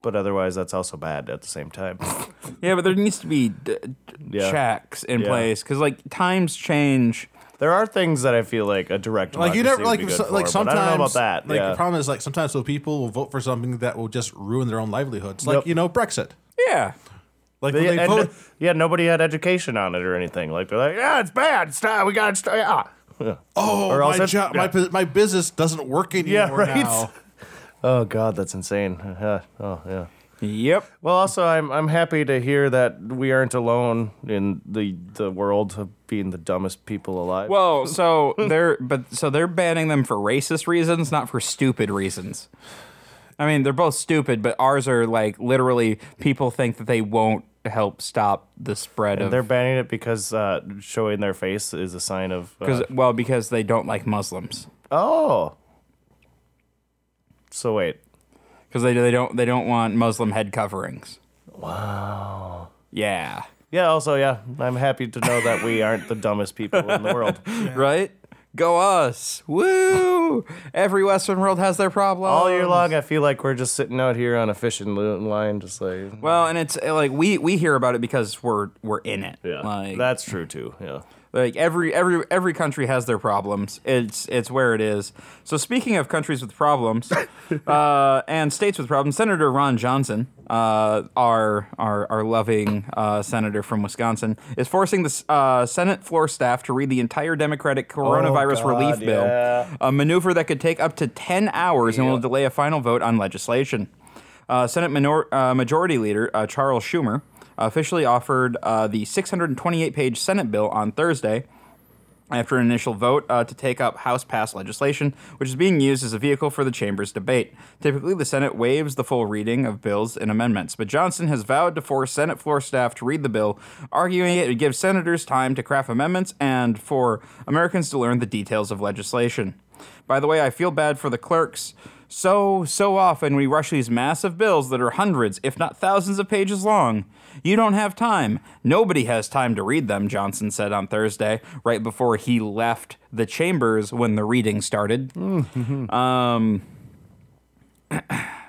Speaker 3: but otherwise that's also bad at the same time. [laughs]
Speaker 1: Yeah, but there needs to be d- d-
Speaker 3: Yeah.
Speaker 1: checks in
Speaker 3: Yeah.
Speaker 1: place because like times change.
Speaker 3: there are things that I feel like a direct
Speaker 2: Like you never
Speaker 3: democracy would
Speaker 2: like
Speaker 3: be
Speaker 2: if
Speaker 3: good
Speaker 2: so, like
Speaker 3: for, but
Speaker 2: sometimes
Speaker 3: I don't know about that.
Speaker 2: Like
Speaker 3: yeah.
Speaker 2: the problem is like sometimes so people will vote for something that will just ruin their own livelihoods. Like
Speaker 3: Yep.
Speaker 2: you know Brexit.
Speaker 1: Yeah,
Speaker 2: Like
Speaker 3: They-
Speaker 2: when they
Speaker 3: and,
Speaker 2: vote.
Speaker 3: uh, yeah, nobody had education on it or anything. Like they're like, yeah, it's bad. Stop. We got to stop. Yeah. [laughs]
Speaker 2: Oh,
Speaker 3: or else
Speaker 2: my
Speaker 3: it-
Speaker 2: job, my
Speaker 3: yeah.
Speaker 2: bu- my business doesn't work anymore
Speaker 3: Yeah, right.
Speaker 2: now.
Speaker 3: Oh God, that's insane. [laughs] Uh, oh yeah.
Speaker 1: yep.
Speaker 3: Well, also, I'm I'm happy to hear that we aren't alone in the the world of being the dumbest people alive. [laughs]
Speaker 1: Well, so they're but so they're banning them for racist reasons, not for stupid reasons. I mean, they're both stupid, but ours are like literally people think that they won't help stop the spread of [laughs]
Speaker 3: they're banning it because uh, showing their face is a sign of. uh,
Speaker 1: because well because they don't like Muslims
Speaker 3: oh. So wait.
Speaker 1: because they they don't they don't want Muslim head coverings. Wow. Yeah.
Speaker 3: Yeah. Also, yeah, I'm happy to know that we aren't the dumbest people in the world.
Speaker 1: right? Go us. Woo! Every Western world has their problem.
Speaker 3: All year long, I feel like we're just sitting out here on a fishing lo- line, just like.
Speaker 1: Well, and it's uh, like we we hear about it because we're we're in it.
Speaker 3: Yeah,
Speaker 1: Like
Speaker 3: that's true too. Yeah,
Speaker 1: like every every every country has their problems. It's it's where it is. So speaking of countries with
Speaker 3: [laughs]
Speaker 1: problems uh, and states with problems, Senator Ron Johnson, uh, our our our loving uh, senator from Wisconsin, is forcing the s- uh, Senate floor staff to read the entire Democratic coronavirus
Speaker 3: Oh, God,
Speaker 1: relief bill,
Speaker 3: yeah.
Speaker 1: a maneuver that could take up to ten hours and will delay a final vote on legislation. Uh, Senate minor- uh, Majority Leader uh, Charles Schumer officially offered uh, the 628 page Senate bill on Thursday after an initial vote uh, to take up House passed legislation, which is being used as a vehicle for the chamber's debate. Typically, the Senate waives the full reading of bills and amendments, but Johnson has vowed to force Senate floor staff to read the bill, arguing it would give senators time to craft amendments and for Americans to learn the details of legislation. By the way, I feel bad for the clerks. So, so often we rush these massive bills that are hundreds, if not thousands of pages long. You don't have time. Nobody has time to read them, Johnson said on Thursday, right before he left the chambers when the reading started. um, [clears throat]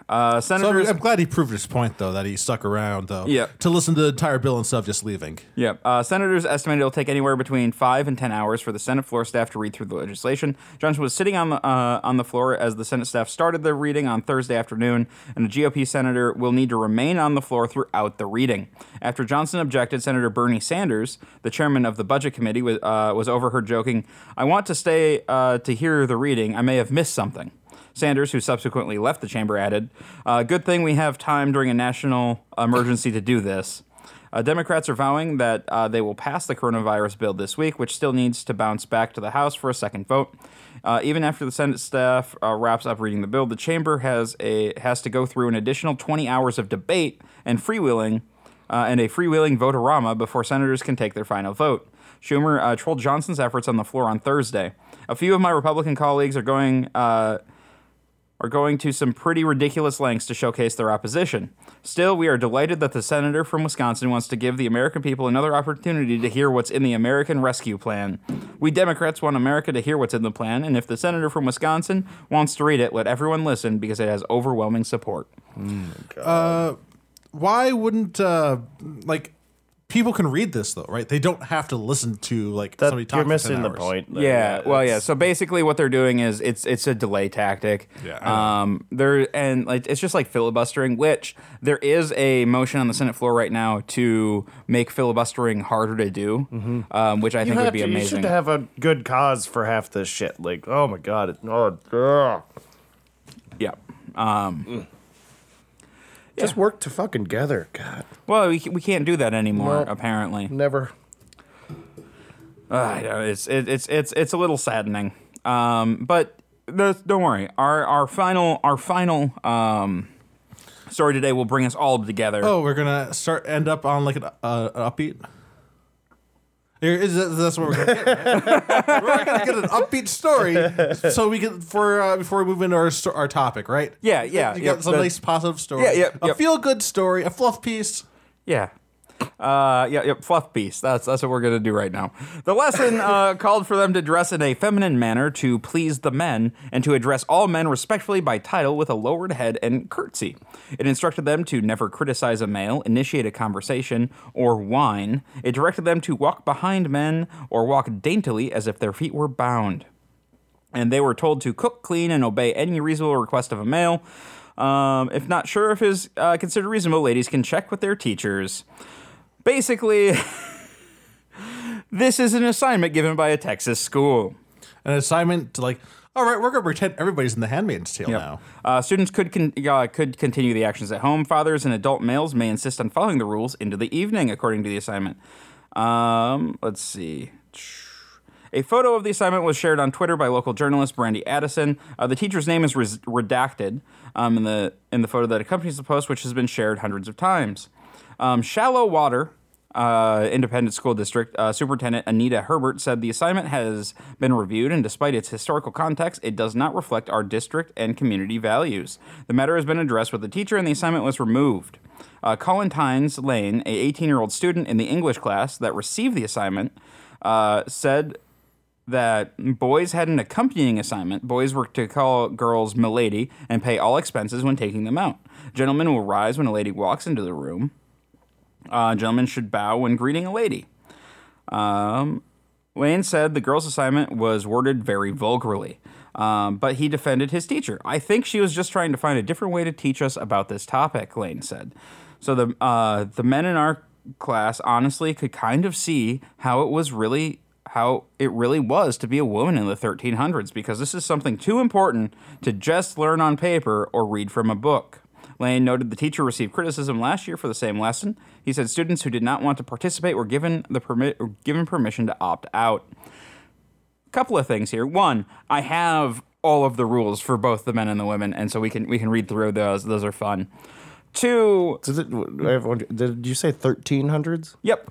Speaker 1: uh,
Speaker 2: So I'm,
Speaker 1: senators.
Speaker 2: I'm glad he proved his point though that he stuck around though.
Speaker 1: Yeah.
Speaker 2: To listen to the entire bill instead of just leaving.
Speaker 1: Yep. Uh, senators estimate it'll take anywhere between five and ten hours for the Senate floor staff to read through the legislation. Johnson was sitting on the uh, on the floor as the Senate staff started the reading on Thursday afternoon, and a GOP senator will need to remain on the floor throughout the reading. After Johnson objected, Senator Bernie Sanders, the chairman of the Budget Committee, was, uh, was overheard joking, "I want to stay uh, to hear the reading. I may have missed something." Sanders, who subsequently left the chamber, added, uh, "Good thing we have time during a national emergency to do this." Uh, Democrats are vowing that uh, they will pass the coronavirus bill this week, which still needs to bounce back to the House for a second vote. Uh, even after the Senate staff uh, wraps up reading the bill, the chamber has a has to go through an additional 20 hours of debate and freewheeling uh, and a freewheeling votorama before senators can take their final vote. Schumer uh, trolled Johnson's efforts on the floor on Thursday. A few of my Republican colleagues are going. Uh, are going to some pretty ridiculous lengths to showcase their opposition. Still, we are delighted that the senator from Wisconsin wants to give the American people another opportunity to hear what's in the American Rescue Plan. We Democrats want America to hear what's in the plan, and if the senator from Wisconsin wants to read it, let everyone listen because it has overwhelming support.
Speaker 2: Why wouldn't uh like people can read this though, right? They don't have to listen to like
Speaker 3: That,
Speaker 2: somebody talk
Speaker 3: you're
Speaker 2: for 10
Speaker 3: missing the
Speaker 2: hours.
Speaker 3: point.
Speaker 1: Yeah, well, yeah.
Speaker 3: it's-
Speaker 1: So basically, what they're doing is it's it's a delay tactic.
Speaker 2: Yeah, I
Speaker 1: Um, there and like it's just like filibustering, which there is a motion on the Senate floor right now to make filibustering harder to do,
Speaker 2: Mm-hmm.
Speaker 1: um, which I
Speaker 3: You,
Speaker 1: think
Speaker 3: have
Speaker 1: would be
Speaker 3: to- you
Speaker 1: amazing.
Speaker 3: should have a good cause for half this shit. Like, oh my god, it, oh, ugh.
Speaker 1: yeah. Um,
Speaker 3: just work to fucking gather. God,
Speaker 1: well, we, ca- we can't do that anymore.
Speaker 3: No.
Speaker 1: Apparently,
Speaker 3: never.
Speaker 1: I know, it's it, it's it's it's a little saddening. Um, but th- don't worry. Our our final our final um, story today will bring us all together.
Speaker 2: Oh, we're gonna start end up on like an uh, an upbeat. Here, Is that, that's what we're gonna get. right? [laughs] we're gonna get an upbeat story, so we can for uh, before we move into our sto- our topic, right?
Speaker 1: Yeah, yeah,
Speaker 2: You
Speaker 1: yep,
Speaker 2: got some
Speaker 1: that-
Speaker 2: nice positive story.
Speaker 1: Yeah, yeah,
Speaker 2: a
Speaker 1: yep.
Speaker 2: feel good story, a fluff piece.
Speaker 1: Yeah. Uh, yeah, yeah, fluff piece. That's that's what we're gonna do right now. The lesson uh, called for them to dress in a feminine manner to please the men, and to address all men respectfully by title with a lowered head and curtsy. It instructed them to never criticize a male, initiate a conversation, or whine. It directed them to walk behind men or walk daintily as if their feet were bound and they were told to cook, clean, and obey any reasonable request of a male. Um, if not sure if is uh, considered reasonable, ladies can check with their teachers. Basically, [laughs] this is an assignment given by a Texas school.
Speaker 2: An assignment to like, all right, we're gonna pretend everybody's in the Handmaid's Tale now.
Speaker 1: Uh, students could con- uh, could continue the actions at home. Fathers and adult males may insist on following the rules into the evening, according to the assignment. Um, let's see. A photo of the assignment was shared on Twitter by local journalist Brandy Addison. Uh, the teacher's name is res- redacted um, in the in the photo that accompanies the post, which has been shared hundreds of times. Um, Shallow Water, uh, Independent School District uh, Superintendent Anita Herbert said the assignment has been reviewed, and despite its historical context, it does not reflect our district and community values. The matter has been addressed with the teacher, and the assignment was removed. Uh, Colin Tynes Lane, a 18 year old student in the English class that received the assignment, uh, said that boys had an accompanying assignment. Boys were to call girls milady and pay all expenses when taking them out. Gentlemen will rise when a lady walks into the room. Uh, gentlemen should bow when greeting a lady. Um, Lane said the girl's assignment was worded very vulgarly, um, but he defended his teacher. I think she was just trying to find a different way to teach us about this topic, Lane said. So the uh, the men in our class honestly could kind of see how it was really how it really was to be a woman in the 1300s because this is something too important to just learn on paper or read from a book. Lane noted the teacher received criticism last year for the same lesson. He said students who did not want to participate were given the permit were given permission to opt out. Couple of things here. One, I have all of the rules for both the men and the women, and so we can we can read through those. Those are fun. Two,
Speaker 3: Did, it, I have one- did you say 1300s?
Speaker 1: yep,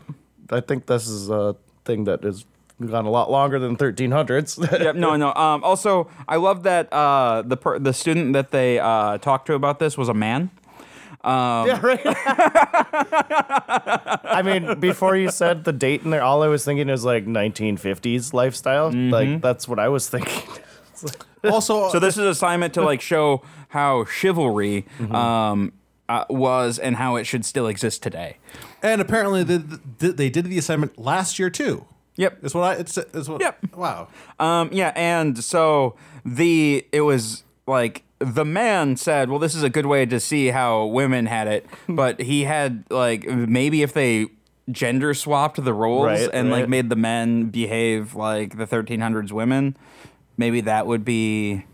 Speaker 3: I think this is a thing that has gone a lot longer than [laughs] 1300s.
Speaker 1: yep, no, no. Um, also, I love that uh, the per- the student that they uh, talked to about this was a man.
Speaker 3: yeah, right. Um, [laughs] I mean, before you said the date in there, all I was thinking is like 1950s lifestyle. Like that's what I was thinking. [laughs]
Speaker 2: Also,
Speaker 1: [laughs] So this is an assignment to like show how chivalry
Speaker 3: Mm-hmm.
Speaker 1: um, uh, was and how it should still exist today.
Speaker 2: and apparently they, they did the assignment last year too.
Speaker 1: Yep.
Speaker 2: It's what I. It's, it's what.
Speaker 1: Yep.
Speaker 2: Wow.
Speaker 1: Um, yeah, and so the it was like the man said, "Well, this is a good way to see how women had it,"
Speaker 3: Hmm.
Speaker 1: but he had like maybe if they gender swapped the roles
Speaker 3: Right,
Speaker 1: and like
Speaker 3: right.
Speaker 1: made the men behave like the 1300s women, maybe that would be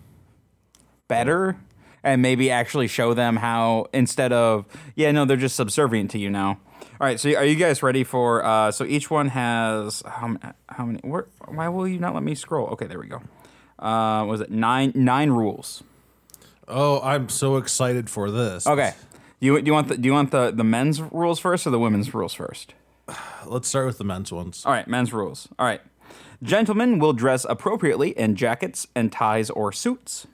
Speaker 1: better. and maybe actually show them how instead of yeah no they're just subservient to you now. All right, so are you guys ready for? Uh, so each one has how many? How many? Where, why will you not let me scroll? Okay, there we go. Uh, was it nine? Nine rules.
Speaker 2: Oh, I'm so excited for this.
Speaker 1: Okay. Do you, do you want the do you want the, the men's rules first or the women's rules first?
Speaker 2: Let's start with the men's ones.
Speaker 1: All right, men's rules. All right. Gentlemen will dress appropriately in jackets and ties or suits.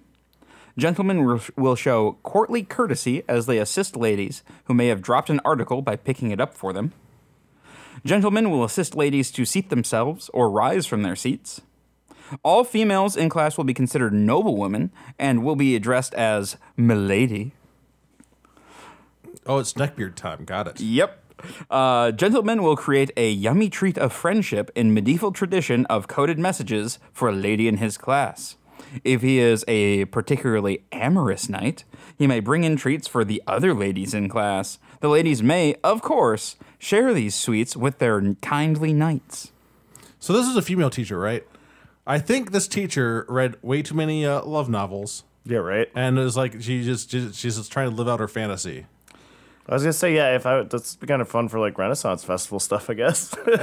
Speaker 1: Gentlemen will- will show courtly courtesy as they assist ladies who may have dropped an article by picking it up for them. Gentlemen will assist ladies to seat themselves or rise from their seats. All females in class will be considered noblewomen and will be addressed as milady.
Speaker 2: Oh, it's neckbeard time. Got it.
Speaker 1: Yep. Uh, gentlemen will create a yummy treat of friendship in medieval tradition of coded messages for a lady in his class. If he is a particularly amorous knight, he may bring in treats for the other ladies in class. The ladies may, of course, share these sweets with their kindly knights.
Speaker 2: So this is a female teacher, right? I think this teacher read way too many uh, love novels,
Speaker 3: Yeah, right.
Speaker 2: and it was like she just she's just trying to live out
Speaker 1: [laughs]
Speaker 2: her fantasy.
Speaker 3: I was gonna say yeah. If I that's kind of fun for like Renaissance festival stuff, I guess. [laughs]
Speaker 2: No,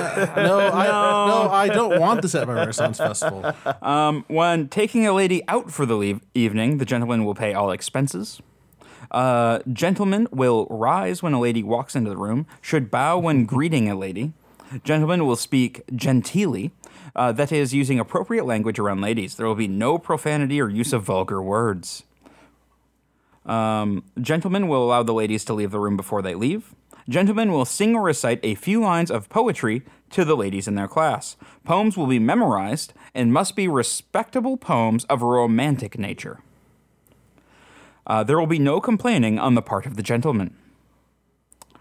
Speaker 2: I, no, I don't want this at my Renaissance festival.
Speaker 1: When taking a lady out for the leave- evening, the gentleman will pay all expenses. Uh, gentleman will rise when a lady walks into the room, should bow when greeting a lady. Gentleman will speak genteelly, uh, that is, using appropriate language around ladies. There will be no profanity or use of vulgar words. Um, gentlemen will allow the ladies to leave the room before they leave. Gentlemen will sing or recite a few lines of poetry to the ladies in their class. Poems will be memorized and must be respectable poems of a romantic nature. Uh, there will be no complaining on the part of the gentleman.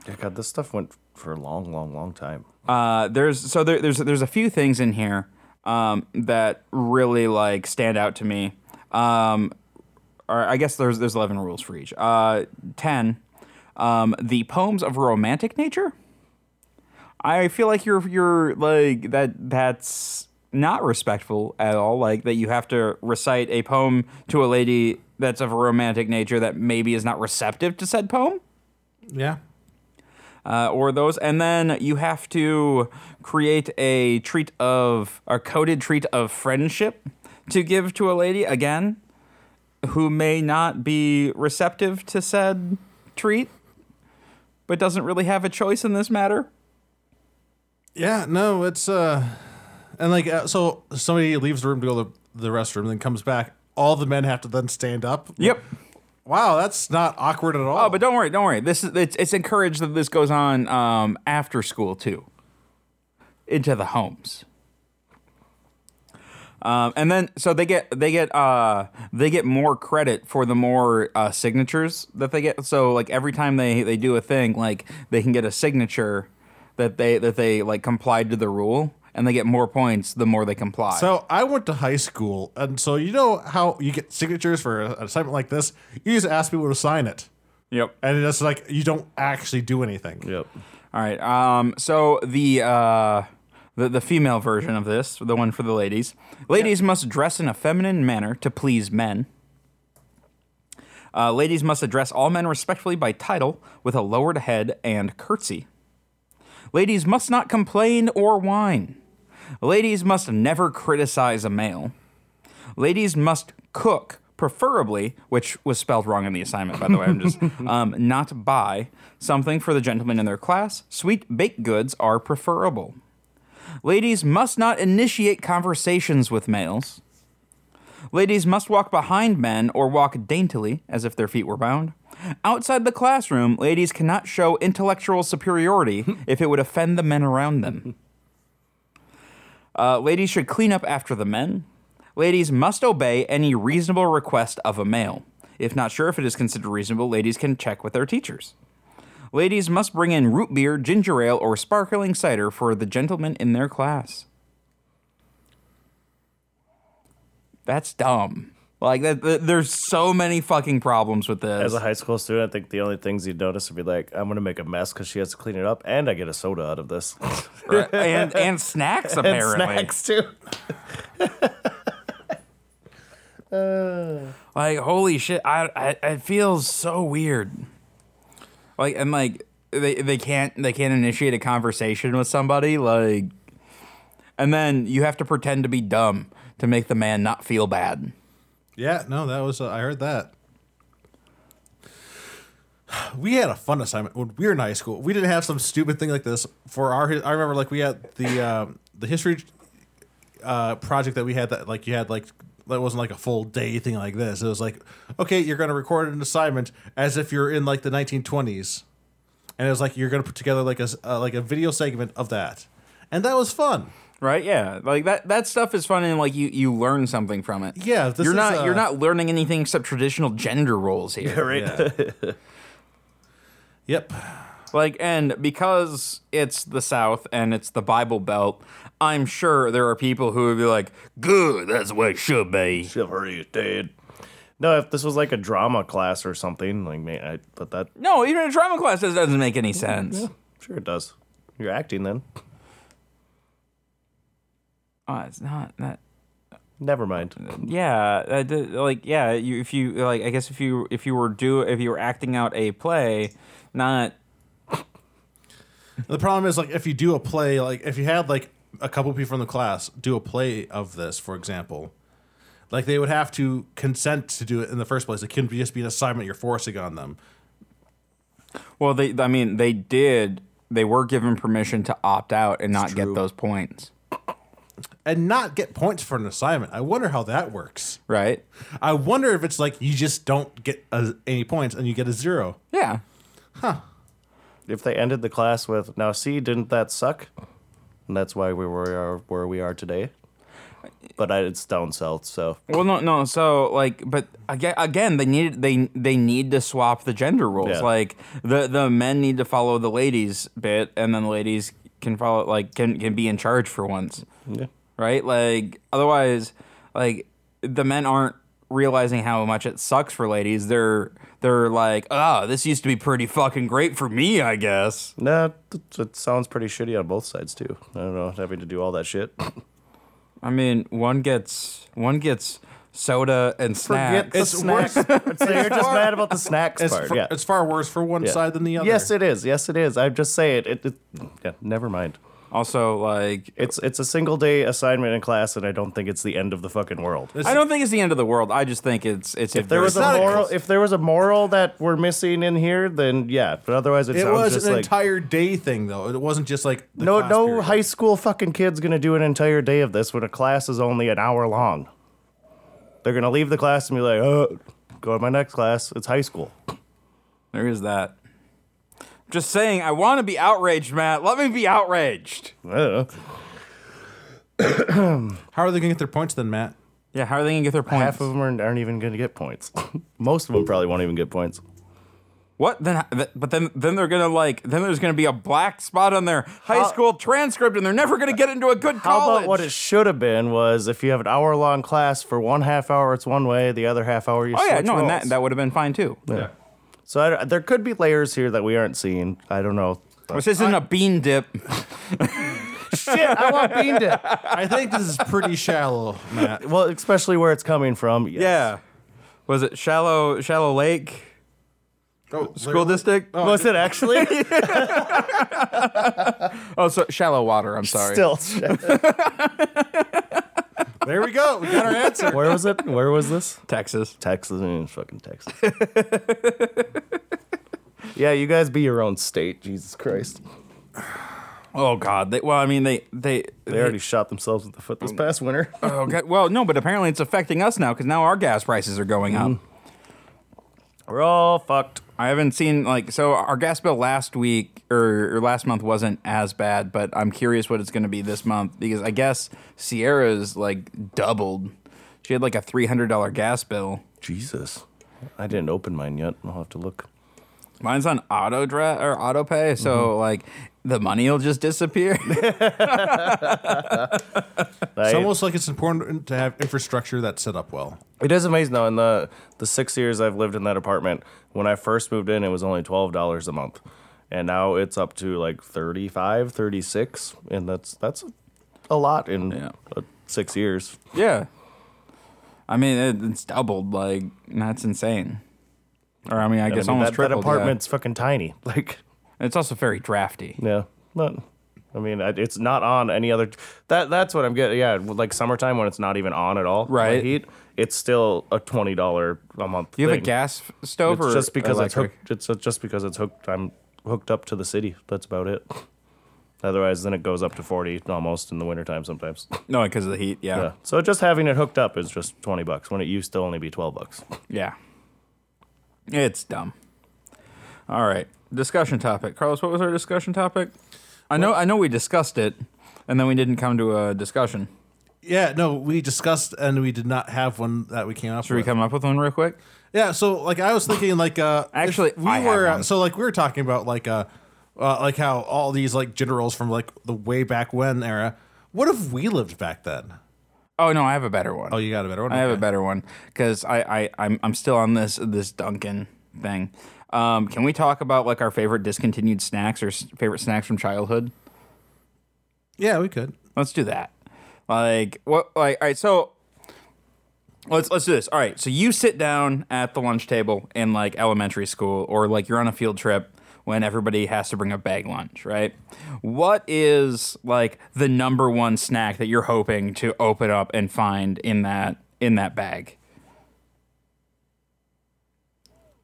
Speaker 3: Yeah, God, this stuff went for a long, long, long time.
Speaker 1: Uh, there's so there, there's there's a few things in here um, that really like stand out to me. Um, or I guess there's there's eleven rules for each. Uh, Ten, um, the poems of romantic nature. I feel like you're you're like that that's not respectful at all. Like that you have to recite a poem to a lady that's of a romantic nature that maybe is not receptive to said poem
Speaker 2: Yeah,
Speaker 1: uh, or those. And then you have to create a treat of a coded treat of friendship to give to a lady again, who may not be receptive to said treat, but doesn't really have a choice in this matter.
Speaker 2: yeah, no, it's uh, and like uh, so somebody leaves the room to go to the restroom, then comes back. All the men have to then stand up.
Speaker 1: Yep.
Speaker 2: Wow, that's not awkward at all.
Speaker 1: Oh, but don't worry, don't worry. This is it's, it's encouraged that this goes on um, after school too, into the homes. Um, and then so they get they get uh, they get more credit for the more uh, signatures that they get. So like every time they they do a thing, like they can get a signature that they that they like complied to the rule, and they get more points the more they comply.
Speaker 2: So I went to high school, and so you know how you get signatures for an assignment like this. You just ask people to sign it,
Speaker 1: yep.
Speaker 2: and it's like you don't actually do anything.
Speaker 3: Yep.
Speaker 1: All right. Um. So the uh, the the female version of this, the one for the ladies. Ladies must dress in a feminine manner to please men. Uh, ladies must address all men respectfully by title, with a lowered head and curtsy. Ladies must not complain or whine. Ladies must never criticize a male. Ladies must cook, preferably, which was spelled wrong in the assignment, by the way. I'm just um, not buy something for the gentlemen in their class. Sweet baked goods are preferable. Ladies must not initiate conversations with males. Ladies must walk behind men or walk daintily as if their feet were bound. Outside the classroom, ladies cannot show intellectual superiority if it would offend the men around them. Uh, ladies should clean up after the men. Ladies must obey any reasonable request of a male. If not sure if it is considered reasonable, ladies can check with their teachers. Ladies must bring in root beer, ginger ale, or sparkling cider for the gentlemen in their class. That's dumb. Like that, th- there's so many fucking problems with this.
Speaker 3: As a high school student, I think the only things you'd notice would be like, I'm gonna make a mess because she has to clean it up, and I get a soda out of this. [laughs]
Speaker 1: Right. and and snacks apparently.
Speaker 3: Snacks too.
Speaker 1: Like holy shit, I, I it feels so weird. Like and like they they can't they can't initiate a conversation with somebody like, and then you have to pretend to be dumb to make the man not feel bad.
Speaker 2: Yeah, no, that was uh, I heard that. We had a fun assignment when we were in high school. We didn't have some stupid thing like this for our. I remember like we had the um, the history uh, project that we had that like you had like that wasn't like a full day thing like this. It was like okay, you're going to record an assignment as if you're in like the 1920s, and it was like you're going to put together like a s- uh, like a video segment of that, and that was fun.
Speaker 1: Right? Yeah. Like that that stuff is fun and like you you learn something from it.
Speaker 2: Yeah, this
Speaker 1: you're
Speaker 2: is,
Speaker 1: not
Speaker 2: uh,
Speaker 1: you're not learning anything except traditional gender roles here.
Speaker 3: right?
Speaker 2: Yep.
Speaker 1: Like, and because it's the South and it's the Bible Belt, I'm sure there are people who would be like, good, that's what it should be.
Speaker 3: Chivalry is dead. No, if this was like a drama class or something, like man, I, but that
Speaker 1: No, even a drama class, that doesn't make any sense.
Speaker 3: sure it does. You're acting then.
Speaker 1: Oh, it's not that.
Speaker 3: Never mind.
Speaker 1: Yeah, I did- like yeah, you, if you like, I guess if you if you were do if you were acting out a play, not
Speaker 2: The problem is like if you do a play, like if you had like a couple people from the class do a play of this, for example, like they would have to consent to do it in the first place. It couldn't be just be an assignment you're forcing on them.
Speaker 1: well, they I mean they did they were given permission to opt out and not get those points,
Speaker 2: And not get points for an assignment. I wonder how that works.
Speaker 1: right?
Speaker 2: I wonder if it's like you just don't get uh any points and you get a zero.
Speaker 1: Yeah,
Speaker 3: If they ended the class with now, see, didn't that suck? And that's why we were where we are today. But I, it's down south, so
Speaker 1: Well, no, no. So, like, but again, again, they need they they need to swap the gender roles.
Speaker 3: Yeah.
Speaker 1: Like, the the men need to follow the ladies bit, and then the ladies can follow like can can be in charge for once,
Speaker 3: yeah.
Speaker 1: right? Like, otherwise, like the men aren't realizing how much it sucks for ladies. They're they're like, ah, this used to be pretty fucking great for me, I guess.
Speaker 3: Nah, it, it sounds pretty shitty on both sides too. I don't know, having to do all that [laughs] shit.
Speaker 1: I mean, one gets one gets soda and snacks.
Speaker 3: Forget the
Speaker 2: [laughs] It's
Speaker 3: snacks. so you're just mad about the snacks
Speaker 2: It's,
Speaker 3: part.
Speaker 2: far,
Speaker 3: yeah.
Speaker 2: it's far worse for one
Speaker 3: Yeah.
Speaker 2: side than the other.
Speaker 3: Yes, it is. Yes, it is. I'm just saying. It, it, yeah, never mind.
Speaker 1: also, like,
Speaker 3: It's it's a single day assignment in class, and I don't think it's the end of the fucking world.
Speaker 1: I don't think it's the end of the world. I just think it's it's
Speaker 3: If there was a
Speaker 2: not a
Speaker 3: moral,
Speaker 2: class.
Speaker 3: if there was a moral that we're missing in here, then yeah. But otherwise, it,
Speaker 2: It
Speaker 3: sounds
Speaker 2: was
Speaker 3: just
Speaker 2: an
Speaker 3: like
Speaker 2: entire day thing though. It wasn't just like the
Speaker 3: no,
Speaker 2: class
Speaker 3: no
Speaker 2: period.
Speaker 3: high school fucking kid's gonna do an entire day of this when a class is only an hour long. They're gonna leave the class and be like, oh, go to my next class. It's high school.
Speaker 1: There is that. Just saying, I want to be outraged, Matt. Let me be outraged.
Speaker 3: Uh,
Speaker 2: How are they gonna get their points then, Matt?
Speaker 1: Yeah, how are they gonna get their points?
Speaker 3: half of them aren't, aren't even gonna get points. [laughs] Most of them probably won't even get points.
Speaker 1: what? Then, th- but then, then they're gonna like. Then there's gonna be a black spot on their high school transcript, and they're never gonna get into a good
Speaker 3: How
Speaker 1: college.
Speaker 3: about what it should have been was if you have an hour long class for one half hour it's one way, the other half hour you
Speaker 1: oh yeah,
Speaker 3: switch
Speaker 1: no, and
Speaker 3: roles.
Speaker 1: that that would have been fine too.
Speaker 3: so I, there could be layers here that we aren't seeing. I don't know.
Speaker 1: This isn't a bean dip.
Speaker 3: Shit, I want bean dip.
Speaker 2: I think this is pretty shallow, Matt.
Speaker 3: Well, especially where it's coming from. yes.
Speaker 1: Yeah. [laughs] Was it shallow shallow lake
Speaker 2: Oh,
Speaker 1: school district? Oh,
Speaker 3: Was it actually?
Speaker 1: [laughs] Oh, so shallow water. I'm sorry.
Speaker 3: Still.
Speaker 2: [laughs] There we go. We got our answer.
Speaker 3: Where was it? Where was this?
Speaker 1: Texas.
Speaker 3: Texas. mm,
Speaker 2: [laughs]
Speaker 3: fucking Texas. yeah, you guys be your own state. Jesus Christ.
Speaker 1: Oh God. They, well, I mean, they they
Speaker 3: They already shot themselves in the foot
Speaker 2: Mm.
Speaker 3: this past winter.
Speaker 2: Uh,
Speaker 1: Oh God. Well, no, but apparently it's affecting us now because now our gas prices are going up.
Speaker 3: Mm-hmm. We're all fucked.
Speaker 1: I haven't seen like so our gas bill last week or, or last month wasn't as bad, but I'm curious what it's going to be this month because I guess Sierra's like doubled. She had like a three hundred dollar gas bill.
Speaker 3: Jesus. I didn't open mine yet. I'll have to look.
Speaker 1: Mine's on auto dra- or auto pay, so
Speaker 3: Mm-hmm.
Speaker 1: like the money will just disappear. [laughs]
Speaker 3: I-
Speaker 2: It's almost like it's important to have infrastructure that's set up well.
Speaker 3: It is amazing though. In the the six years I've lived in that apartment, when I first moved in, it was only twelve dollars a month, and now it's up to like 35 36 and that's that's a lot in
Speaker 1: Yeah.
Speaker 3: uh, six years.
Speaker 1: yeah. I mean, it, it's doubled. Like that's insane. Or I mean, I guess
Speaker 3: I mean,
Speaker 1: almost
Speaker 3: that, that
Speaker 1: tripled. yeah.
Speaker 3: apartment's fucking tiny. [laughs] Like,
Speaker 1: It's also very drafty.
Speaker 3: yeah, but I mean, I- it's not on any other. That that's what I'm getting. Yeah, like summertime when it's not even on at all. by
Speaker 1: Right.
Speaker 3: Heat. It's still a twenty dollar a month.
Speaker 1: Do you have
Speaker 3: thing.
Speaker 1: a gas f- stove
Speaker 3: It's
Speaker 1: or
Speaker 3: just because it's
Speaker 1: electric?
Speaker 3: hooked. It's just because it's hooked. I'm hooked up to the city. That's about it. Otherwise, then it goes up to forty almost in the wintertime sometimes.
Speaker 1: No, because of the heat. Yeah.
Speaker 3: yeah.
Speaker 1: yeah,
Speaker 3: So just having it hooked up is just twenty bucks when it used to only be twelve bucks.
Speaker 1: It's dumb. All right, discussion topic. Carlos, what was our discussion topic? I know, I know, we discussed it, and then we didn't come to a discussion.
Speaker 2: Yeah, no, we discussed and we did not have one that we came up
Speaker 1: Should we
Speaker 2: with.
Speaker 1: come up with one real quick?
Speaker 2: Yeah, so like I was thinking, like uh, if
Speaker 1: Actually,
Speaker 2: we
Speaker 1: I have
Speaker 2: were
Speaker 1: one.
Speaker 2: so like we were talking about like uh, uh, like how all these like generals from like the way back when era. What if we lived back then?
Speaker 1: Oh no, I have a better one.
Speaker 2: Oh, you got a better one.
Speaker 1: I have a
Speaker 2: Okay.
Speaker 1: better one because I, I I'm I'm still on this this Duncan thing. Um, can we talk about like our favorite discontinued snacks or s- favorite snacks from childhood?
Speaker 2: Yeah, we could.
Speaker 1: Let's do that. Like what? Like all right. So let's let's do this. All right. So you sit down at the lunch table in like elementary school, or like you're on a field trip when everybody has to bring a bag lunch, right? What is like the number one snack that you're hoping to open up and find in that in that bag?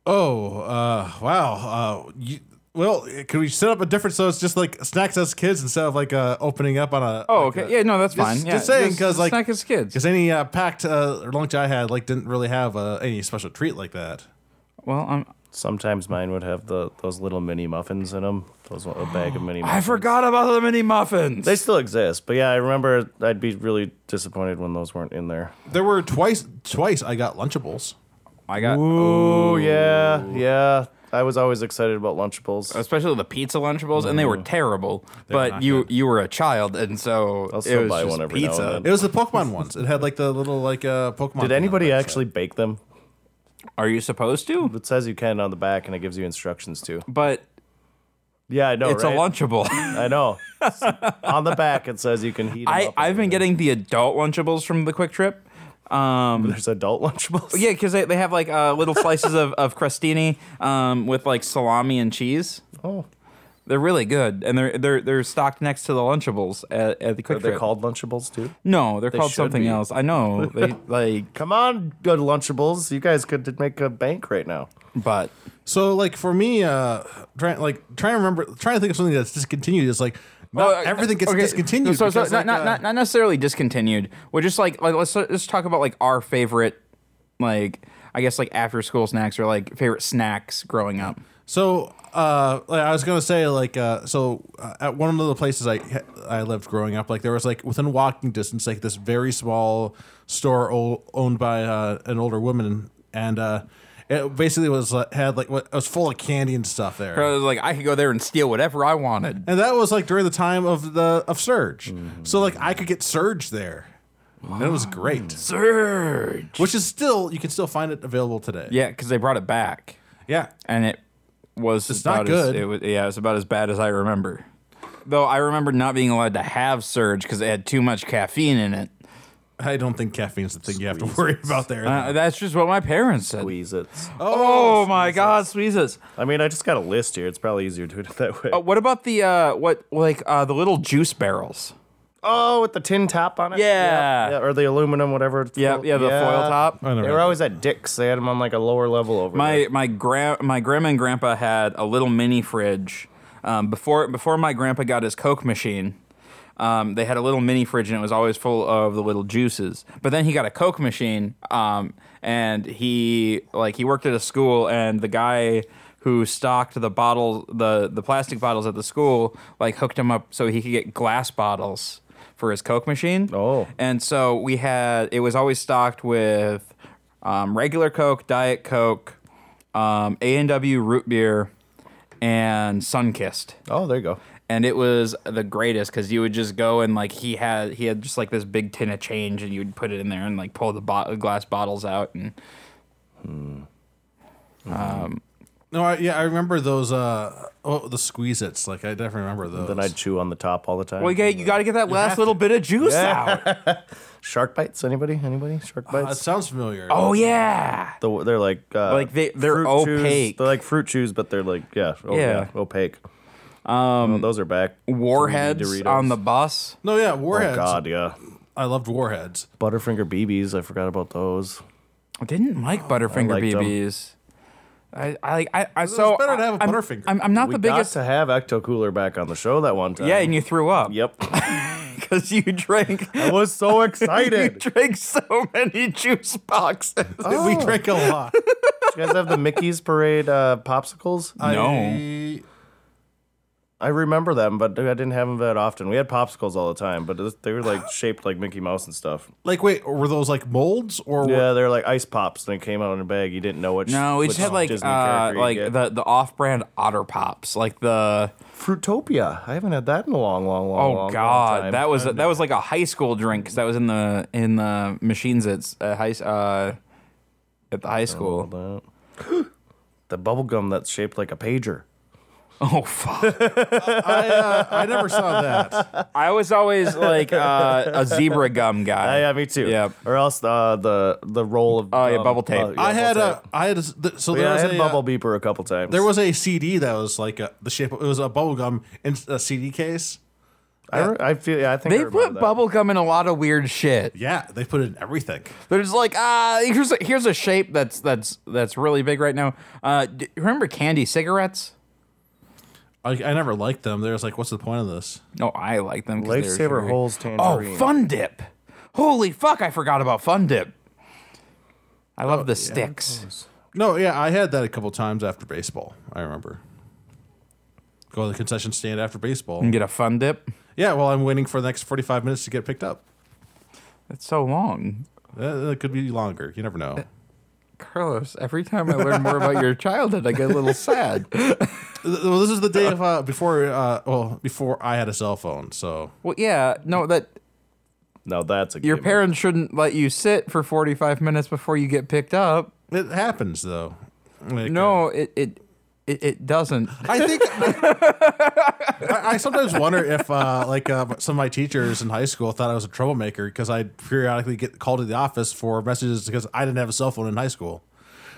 Speaker 2: Oh, uh, wow. Uh, you, well, could we set up a different so it's just like snacks as kids instead of like uh, opening up on a.
Speaker 1: Oh, okay. yeah, no, that's
Speaker 2: Just-
Speaker 1: fine.
Speaker 2: just
Speaker 1: yeah,
Speaker 2: saying, 'cause, like-
Speaker 1: snack as kids.
Speaker 2: Because any uh, packed uh, lunch I had like didn't really have uh, any special treat like that.
Speaker 1: Well, i
Speaker 3: Sometimes mine would have the those little mini muffins in them. Those a bag of mini.
Speaker 1: I
Speaker 3: muffins.
Speaker 1: forgot about the mini muffins.
Speaker 3: They still exist, but yeah, I remember I'd be really disappointed when those weren't in there.
Speaker 2: There were twice. Twice I got Lunchables.
Speaker 1: I got
Speaker 3: Ooh, yeah, yeah. I was always excited about Lunchables.
Speaker 1: especially the pizza Lunchables, and they
Speaker 3: Mm.
Speaker 1: were terrible. but you you were a child, and so
Speaker 3: I'll
Speaker 1: it
Speaker 3: still
Speaker 1: was
Speaker 3: buy
Speaker 1: just
Speaker 3: one every now
Speaker 1: pizza.
Speaker 3: and
Speaker 2: It was
Speaker 1: [laughs]
Speaker 2: the Pokemon ones. It had like the little like uh, Pokemon.
Speaker 3: Did
Speaker 2: thing on
Speaker 3: anybody
Speaker 2: it.
Speaker 3: actually bake them?
Speaker 1: Are you supposed to?
Speaker 3: It says you can on the back, and it gives you instructions too.
Speaker 1: But
Speaker 3: Yeah, I know.
Speaker 1: it's
Speaker 3: right?
Speaker 1: a
Speaker 3: [laughs]
Speaker 1: Lunchable. [laughs]
Speaker 3: I know. on the back, it says you can heat. 'em
Speaker 1: I
Speaker 3: up and
Speaker 1: I've been
Speaker 3: everything.
Speaker 1: getting the adult Lunchables from the Quick Trip. Um,
Speaker 3: There's adult Lunchables.
Speaker 1: yeah, because they, they have like uh, little slices of of crostini um, with like salami and cheese.
Speaker 3: Oh,
Speaker 1: They're really good, and they're they're they're stocked next to the Lunchables at, at the Quick
Speaker 3: are
Speaker 1: Trip.
Speaker 3: they called Lunchables too?
Speaker 1: No, they're called
Speaker 3: should
Speaker 1: something
Speaker 3: be.
Speaker 1: else. I know.
Speaker 3: [laughs]
Speaker 1: They like,
Speaker 3: Come on, good Lunchables. You guys could make a bank right now.
Speaker 1: but
Speaker 2: So like for me, uh, trying like trying to remember, trying to think of something that's discontinued is like not
Speaker 1: Oh, uh,
Speaker 2: everything gets
Speaker 1: okay.
Speaker 2: discontinued.
Speaker 1: So, so
Speaker 2: because,
Speaker 1: not,
Speaker 2: like,
Speaker 1: not,
Speaker 2: uh,
Speaker 1: not, not necessarily discontinued. We're just like, like let's let's talk about like our favorite, like I guess like after school snacks or like favorite snacks growing up.
Speaker 2: So, uh, like, I was gonna say, like, uh, so uh, at one of the places I I lived growing up, like there was like within walking distance, like this very small store o- owned by uh, an older woman, and uh, it basically was uh, had like what it was full of candy and stuff there.
Speaker 1: I was like, I could go there and steal whatever I wanted.
Speaker 2: and that was like during the time of the of surge. So like I could get surge there. And it was great.
Speaker 1: Surge.
Speaker 2: Which is still you can still find it available today.
Speaker 1: Yeah, because they brought it back,
Speaker 2: Yeah.
Speaker 1: and it was
Speaker 2: It's not
Speaker 1: about as-
Speaker 2: good.
Speaker 1: it was yeah, it's about as bad as I remember. Though I remember not being allowed to have surge because it had too much caffeine in it.
Speaker 2: I don't think caffeine's the thing you have to worry about there.
Speaker 1: Uh, that's just what my parents said.
Speaker 3: Weezits.
Speaker 1: Oh, my God, Sweezes.
Speaker 3: I mean, I just got a list here. It's probably easier to do it that way.
Speaker 1: Uh, what about the uh, what like uh, the little juice barrels?
Speaker 3: Oh, with the tin top on it.
Speaker 1: Yeah.
Speaker 3: yeah, or the aluminum, whatever. it's
Speaker 1: Yeah,
Speaker 3: foil-
Speaker 1: yeah, the foil top.
Speaker 2: I
Speaker 3: They
Speaker 2: know,
Speaker 3: were
Speaker 2: right?
Speaker 3: always at Dick's. They had them on like a lower level over. there.
Speaker 1: My my grand my grandma and grandpa had a little mini fridge. Um, before before my grandpa got his Coke machine, um, they had a little mini fridge and it was always full of the little juices. But then he got a Coke machine, um, and he like he worked at a school, and the guy who stocked the bottle the the plastic bottles at the school like hooked him up so he could get glass bottles for his Coke machine.
Speaker 3: Oh.
Speaker 1: And so we had it was always stocked with um, regular Coke, Diet Coke, um, A and W root beer, and Sunkist.
Speaker 3: Oh, there you go.
Speaker 1: And it was the greatest because you would just go and like he had he had just like this big tin of change and you would put it in there and like pull the bo- glass bottles out and. Um,
Speaker 2: No, I, yeah, I remember those. Uh, oh, the squeeze its. Like I definitely remember those.
Speaker 3: Then I'd chew on the top all the time.
Speaker 1: Well, you, got- you got to get that last little bit of juice out.
Speaker 3: Shark bites? Anybody? Anybody? Shark
Speaker 2: Uh, it
Speaker 3: bites?
Speaker 2: sounds familiar.
Speaker 1: Oh yeah.
Speaker 3: The- they're like uh,
Speaker 1: Like, they- they're
Speaker 3: fruit chews.
Speaker 1: opaque.
Speaker 3: They're like fruit chews, but they're like yeah, oh,
Speaker 1: Yeah.
Speaker 3: yeah. opaque. Um, those are back.
Speaker 1: Warheads
Speaker 3: Doritos.
Speaker 1: on the bus.
Speaker 2: no, yeah,
Speaker 3: Oh
Speaker 2: warheads.
Speaker 3: God, yeah.
Speaker 2: I loved warheads. [laughs]
Speaker 3: Butterfinger BBs. I forgot about those.
Speaker 1: I didn't like Butterfinger
Speaker 3: Oh, liked 'em.
Speaker 1: BBs. I I like I, I so
Speaker 2: better to
Speaker 1: I-
Speaker 2: have a
Speaker 1: I'm-
Speaker 2: Butterfinger.
Speaker 1: I'm, I'm not
Speaker 3: We
Speaker 1: the biggest.
Speaker 3: got to have Ecto Cooler back on the show that one time.
Speaker 1: yeah, and you threw up.
Speaker 3: Yep.
Speaker 1: because you drank.
Speaker 3: [laughs] I
Speaker 1: [laughs]
Speaker 3: was so
Speaker 1: You
Speaker 3: excited.
Speaker 1: drank so many juice boxes.
Speaker 2: We
Speaker 3: Oh.
Speaker 2: drank a
Speaker 3: [laughs]
Speaker 2: lot.
Speaker 3: you guys have the Mickey's Parade uh, popsicles? I,
Speaker 2: I-
Speaker 3: [laughs] I remember them, but I didn't have them that often. We had popsicles all the time, but it- they were like shaped like Mickey Mouse and stuff.
Speaker 2: like, wait, were those like molds or?
Speaker 3: Yeah, they were like ice pops, and they came out in a bag. You didn't know which.
Speaker 1: No, we
Speaker 3: which
Speaker 1: just had like
Speaker 3: Disney
Speaker 1: uh,
Speaker 3: character you'd
Speaker 1: like
Speaker 3: get.
Speaker 1: the the off brand Otter Pops, like the
Speaker 3: Fruitopia. I haven't had that in a long, long, long,
Speaker 1: oh
Speaker 3: long, long
Speaker 1: god,
Speaker 3: time.
Speaker 1: that was that was like a high school drink because that was in the in the machines at s- uh, high s- uh, at
Speaker 3: Oh,
Speaker 1: the high school.
Speaker 3: That- [gasps] the bubble gum that's shaped like a pager.
Speaker 1: [laughs] Oh fuck!
Speaker 2: I, uh, I never
Speaker 3: [laughs]
Speaker 2: saw that.
Speaker 1: I was always like uh, a zebra gum guy.
Speaker 3: yeah, me too.
Speaker 1: Yeah.
Speaker 3: Or else uh, the the roll of.
Speaker 1: Oh, yeah,
Speaker 3: gum.
Speaker 1: bubble tape.
Speaker 2: I had
Speaker 3: bubble
Speaker 2: a,
Speaker 3: tape.
Speaker 2: I had a, th- so
Speaker 3: yeah,
Speaker 2: there
Speaker 3: I
Speaker 2: was
Speaker 3: had
Speaker 2: a
Speaker 3: bubble
Speaker 2: uh,
Speaker 3: beeper a couple times.
Speaker 2: there was a CD that was like a, the shape. Of, it was a bubble gum in a CD case.
Speaker 3: I, re- I feel. Yeah, I think I
Speaker 1: They
Speaker 3: remember
Speaker 1: put
Speaker 3: that.
Speaker 1: bubble gum in a lot of weird shit.
Speaker 2: Yeah, they put it in everything.
Speaker 1: They're just like, ah, here's a, here's a shape that's that's that's really big right now. Uh, d- remember candy cigarettes?
Speaker 2: I, I never liked them. They was like, what's the point of this?
Speaker 1: No, I like them. 'cause they were
Speaker 3: Lifesaver
Speaker 1: sugary.
Speaker 3: holes
Speaker 1: Oh,
Speaker 3: tangerine.
Speaker 1: Fun Dip! Holy fuck, I forgot about Fun Dip. I
Speaker 3: Oh,
Speaker 1: love the sticks.
Speaker 2: No, yeah, I had that a couple times after baseball. I remember. Go to the concession stand after baseball.
Speaker 1: And get a Fun Dip.
Speaker 2: Yeah, well, I'm waiting for the next 45 minutes to get picked up.
Speaker 1: That's so long,
Speaker 2: Uh, It could be longer. You never know.
Speaker 1: Carlos. Every time I learn more about
Speaker 3: [laughs]
Speaker 1: your childhood, I get a little sad.
Speaker 2: Th- Well, this is the day of uh, before. Uh, well, before I had a cell phone, so
Speaker 1: Well, yeah, no, that
Speaker 3: No, that's a
Speaker 1: your
Speaker 3: gimme.
Speaker 1: parents shouldn't let you sit for forty five minutes before you get picked up.
Speaker 2: it happens though. Like, uh,
Speaker 1: No, it it it, it doesn't.
Speaker 2: I think I, I sometimes wonder if uh, like uh, some of my teachers in high school thought I was a troublemaker because I'd periodically get called to the office for messages because I didn't have a cell phone in high school.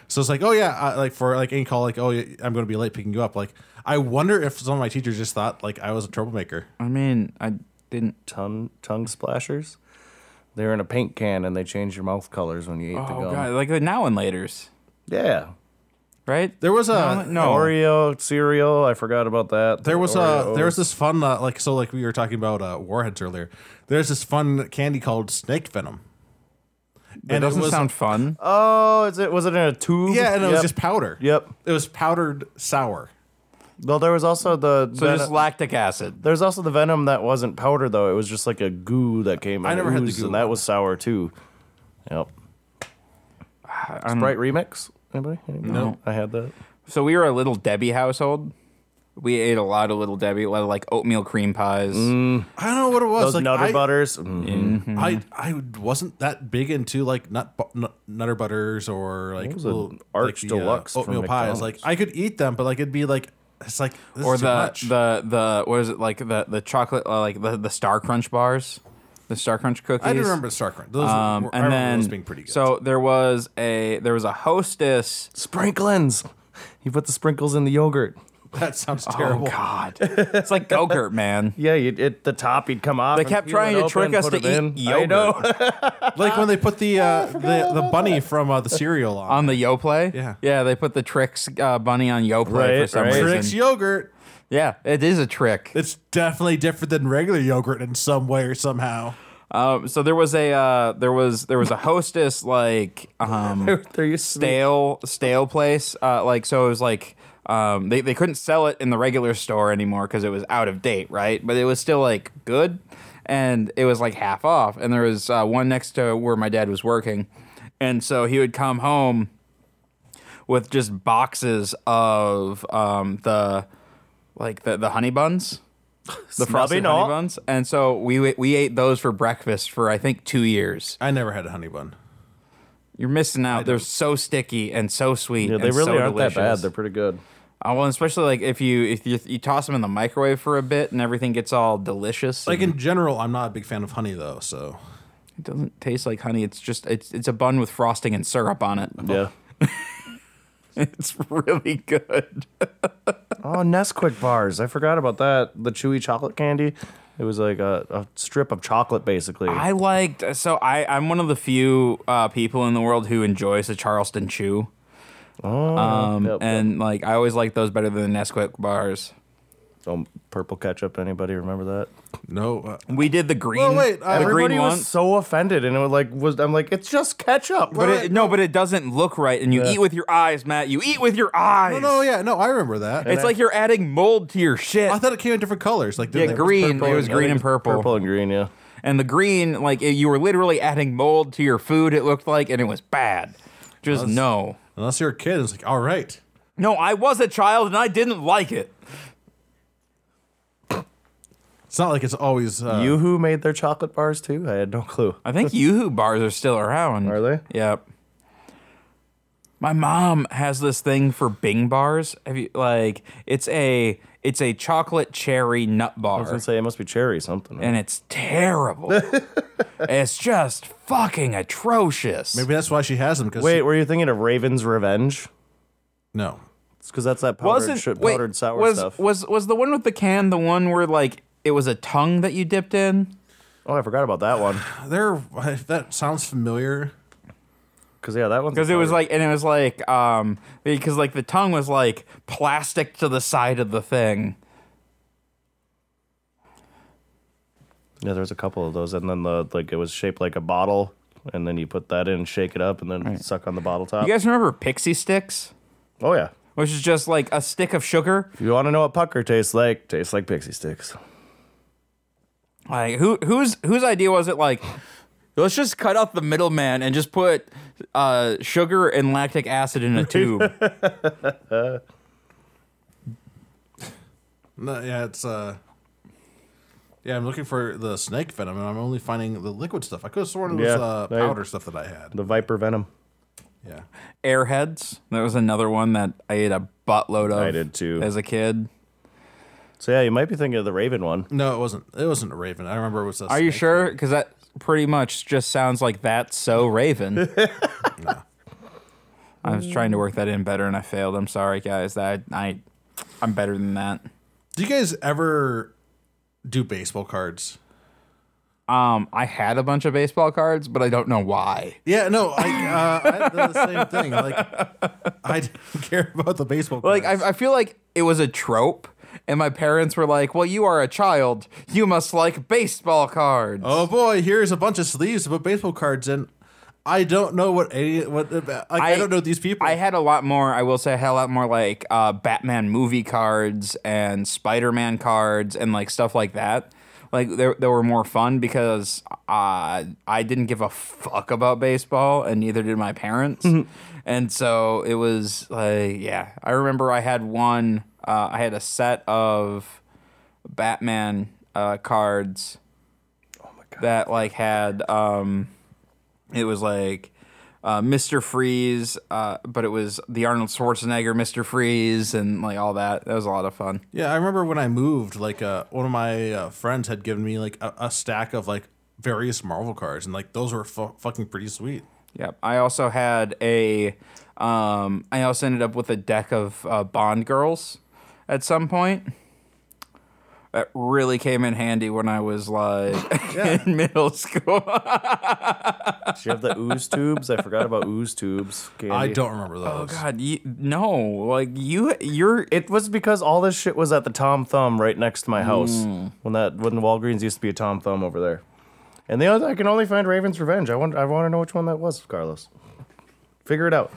Speaker 2: So it's like, oh yeah, I, like for like any call, like oh yeah, I'm going to be late picking you up. Like I wonder if some of my teachers just thought like I was a troublemaker.
Speaker 1: I mean, I didn't.
Speaker 3: tongue tongue splashers. They were in a paint can and they changed your mouth colors when you ate the
Speaker 1: Oh
Speaker 3: gum.
Speaker 1: god, like the now and later's,
Speaker 3: Yeah.
Speaker 1: right?
Speaker 2: There was a uh,
Speaker 1: no, no.
Speaker 3: Oreo cereal. I forgot about that.
Speaker 2: Oh. There was
Speaker 3: Oreos.
Speaker 2: uh, there was this fun uh, like so like we were talking about uh, warheads earlier. There's this fun candy called snake venom.
Speaker 1: That doesn't sound fun.
Speaker 3: Oh, is it was it in a tube?
Speaker 2: yeah, and it was
Speaker 3: Yep.
Speaker 2: just powder.
Speaker 3: Yep.
Speaker 2: it was powdered sour.
Speaker 3: Well, there was also the
Speaker 1: so
Speaker 3: venom-
Speaker 1: just lactic acid.
Speaker 3: there's also the venom that wasn't powder though. It was just like a goo that came.
Speaker 2: I
Speaker 3: and
Speaker 2: never had the
Speaker 3: oozed,
Speaker 2: goo.
Speaker 3: and that was sour too.
Speaker 1: [sighs]
Speaker 3: Yep. Sprite remix. Anybody? Anybody? No, I had that.
Speaker 1: So we were a little Debbie household. We ate a lot of little Debbie, a lot of like oatmeal cream pies.
Speaker 2: I don't know what it was.
Speaker 3: Those
Speaker 2: like,
Speaker 3: Nutter
Speaker 2: I,
Speaker 3: Butters. Mm.
Speaker 2: I I wasn't that big into like nut, bu- nut nutter butters or like
Speaker 3: was a
Speaker 2: little-
Speaker 3: Arch
Speaker 2: like the, uh,
Speaker 3: Deluxe from
Speaker 2: oatmeal pies.
Speaker 3: McDonald's.
Speaker 2: Like I could eat them, but like it'd be like it's like this
Speaker 1: Or
Speaker 2: is too
Speaker 1: the,
Speaker 2: much.
Speaker 1: the the what is it like the the chocolate uh, like the the Star Crunch bars, the Star Crunch cookies.
Speaker 2: I do remember Starcrunch. Those
Speaker 1: Um,
Speaker 2: were, I
Speaker 1: and
Speaker 2: remember
Speaker 1: then
Speaker 2: those being pretty good.
Speaker 1: so there was a there was a hostess.
Speaker 3: Sprinklins. You put the sprinkles in the yogurt.
Speaker 2: [laughs]
Speaker 3: oh,
Speaker 2: that sounds terrible.
Speaker 1: Oh God, [laughs] it's like Go-Gurt, man.
Speaker 3: Yeah, you'd, it, the top would come off.
Speaker 1: They
Speaker 3: and
Speaker 1: kept
Speaker 3: peel it
Speaker 1: trying to
Speaker 3: open
Speaker 1: trick
Speaker 3: and
Speaker 1: us
Speaker 3: put
Speaker 1: to
Speaker 3: it in.
Speaker 1: eat
Speaker 3: I
Speaker 1: yogurt
Speaker 3: know.
Speaker 2: like when they put the uh, the, the bunny from uh, the cereal on.
Speaker 1: on the YoPlay.
Speaker 2: Yeah.
Speaker 1: yeah, they put the tricks uh, bunny on YoPlay for
Speaker 3: Right,
Speaker 1: some
Speaker 3: right.
Speaker 1: reason.
Speaker 2: Trix yogurt.
Speaker 1: Yeah, it is a trick.
Speaker 2: It's definitely different than regular yogurt in some way or somehow.
Speaker 1: Um, so there was a uh, there was there was a hostess like um,
Speaker 3: They're used to be-
Speaker 1: stale stale place uh, like so it was like um, they they couldn't sell it in the regular store anymore because it was out of date right but it was still like good and it was like half off and there was uh, one next to where my dad was working and so he would come home with just boxes of um, the like the the honey buns. The frosted
Speaker 3: Snubby
Speaker 1: honey
Speaker 3: knot.
Speaker 1: buns, and so we we ate those for breakfast for I think two years.
Speaker 2: I never had a honey bun.
Speaker 1: You're missing out. They're so sticky and so sweet.
Speaker 3: [laughs] Yeah, they
Speaker 1: and
Speaker 3: really
Speaker 1: so
Speaker 3: aren't
Speaker 1: delicious.
Speaker 3: that bad. They're pretty good.
Speaker 1: Uh, well, especially like if you if you, you toss them in the microwave for a bit and everything gets all delicious.
Speaker 2: Like
Speaker 1: and
Speaker 2: in general, I'm not a big fan of honey though. So
Speaker 1: it doesn't taste like honey. It's just it's it's a bun with frosting and syrup on it.
Speaker 3: Yeah.
Speaker 1: [laughs] It's really good.
Speaker 3: Oh, Nesquik bars. I forgot about that. The chewy chocolate candy. It was like a, a strip of chocolate, basically.
Speaker 1: I liked so I I'm one of the few uh, people in the world who enjoys the Charleston Chew,
Speaker 3: um,
Speaker 2: Oh,
Speaker 1: and like I always like those better than the Nesquik bars.
Speaker 3: oh, purple ketchup. Anybody remember that?
Speaker 2: no, uh,
Speaker 1: We did the green.
Speaker 2: Well, wait, uh,
Speaker 1: the
Speaker 3: Everybody
Speaker 1: green
Speaker 3: was
Speaker 1: one.
Speaker 3: so offended, and it was like, was I'm like, it's just ketchup.
Speaker 1: But it, no, but it doesn't look right, and you eat with your eyes, Matt. You eat with your eyes.
Speaker 2: Oh, no, no, yeah, no, I remember that.
Speaker 1: It's like you're adding mold to your shit.
Speaker 2: I thought it came in different colors. Like
Speaker 1: yeah,
Speaker 2: didn't they-
Speaker 1: green. It was
Speaker 3: I
Speaker 1: green
Speaker 3: think
Speaker 1: and
Speaker 3: it's
Speaker 1: purple.
Speaker 3: Purple and green, yeah.
Speaker 1: And the green, like it, you were literally adding mold to your food. It looked like, and it was bad. Just no,
Speaker 2: Unless you're a kid, it's like all right.
Speaker 1: no. I was a child, and I didn't like it.
Speaker 2: It's not like it's always uh,
Speaker 3: you who made their chocolate bars too? I had no clue.
Speaker 1: I
Speaker 3: [laughs]
Speaker 1: think YooHoo bars are still around.
Speaker 3: Are they?
Speaker 1: Yep. My mom has this thing for Bing bars. Have you like? It's a it's a chocolate cherry nut bar.
Speaker 3: I was gonna say it must be cherry something.
Speaker 1: and it's terrible.
Speaker 3: [laughs]
Speaker 1: it's just fucking atrocious.
Speaker 2: Maybe that's why she has them. Because
Speaker 3: Wait, were you thinking of Raven's Revenge?
Speaker 2: no,
Speaker 3: It's because that's that powdered, shit,
Speaker 1: wait,
Speaker 3: powdered sour
Speaker 1: was,
Speaker 3: stuff.
Speaker 1: Was was the one with the can the one where like it was a tongue that you dipped in?
Speaker 3: oh, I forgot about that one.
Speaker 2: there. That sounds familiar.
Speaker 3: Because yeah, that one's
Speaker 1: Because it was
Speaker 3: powdered.
Speaker 1: like and it was like um because like the tongue was like plastic to the side of the thing.
Speaker 3: Yeah, there was a couple of those, and then the like it was shaped like a bottle, and then you put that in, shake it up, and then suck on the bottle top.
Speaker 1: You guys remember pixie sticks?
Speaker 3: oh yeah.
Speaker 1: Which is just like a stick of sugar.
Speaker 3: If you want to know what pucker tastes like, tastes like pixie sticks.
Speaker 1: Like who whose whose idea was it like let's just cut out the middleman and just put uh, sugar and lactic acid
Speaker 3: [laughs]
Speaker 1: in a tube.
Speaker 2: No, yeah, it's uh, yeah. I'm looking for the snake venom, and I'm only finding the liquid stuff. I could have sworn it
Speaker 3: Yeah,
Speaker 2: was uh,
Speaker 3: they-
Speaker 2: powder stuff that I had.
Speaker 3: The viper venom.
Speaker 2: Yeah,
Speaker 1: Airheads. That was another one that I ate a buttload of.
Speaker 3: I did too.
Speaker 1: As a kid.
Speaker 3: So yeah, you might be thinking of the raven one.
Speaker 2: no, it wasn't. It wasn't a raven. I remember it was. A
Speaker 1: Are you sure? Because that pretty much just sounds like that's so Raven. I was trying to work that in better and I failed. I'm sorry, guys. That I, I'm better than that.
Speaker 2: Do you guys ever do baseball cards?
Speaker 1: Um, I had a bunch of baseball cards, but I don't know why.
Speaker 2: Yeah, no, I, uh, I did the same thing. Like,
Speaker 1: [laughs]
Speaker 2: I didn't care about the baseball.
Speaker 1: Like
Speaker 2: cards.
Speaker 1: I, I feel like it was a trope, and my parents were like, "Well, you are a child. You must like baseball cards."
Speaker 2: oh boy, here's a bunch of sleeves to put baseball cards in. I don't know what any what uh, like, I, don't know these people.
Speaker 1: I had a lot more. I will say I had a lot more like uh, Batman movie cards and Spider Man cards and like stuff like that. Like they, they were more fun because uh, I didn't give a fuck about baseball and neither did my parents. and so it was like, yeah, I remember I had one, uh, I had a set of Batman uh, cards that like had um it was like uh, Mr. Freeze, uh, but it was the Arnold Schwarzenegger Mr. Freeze and like all that. That was a lot of fun.
Speaker 2: Yeah, I remember when I moved, like uh, one of my uh, friends had given me like a, a stack of like various Marvel cards, and like those were fu- fucking pretty sweet.
Speaker 1: Yep. I also had a, um, I also ended up with a deck of uh, Bond girls at some point. That really came in handy when I was like [laughs] in middle school.
Speaker 3: Did you have the ooze tubes? I forgot about ooze tubes. Candy.
Speaker 2: I don't remember those.
Speaker 1: Oh, God, you, no, like you, you're
Speaker 3: It was because all this shit was at the Tom Thumb right next to my house. When that when the Walgreens used to be a Tom Thumb over there. And the other, I can only find Raven's Revenge. I want I want to know which one that was, Carlos. Figure it out.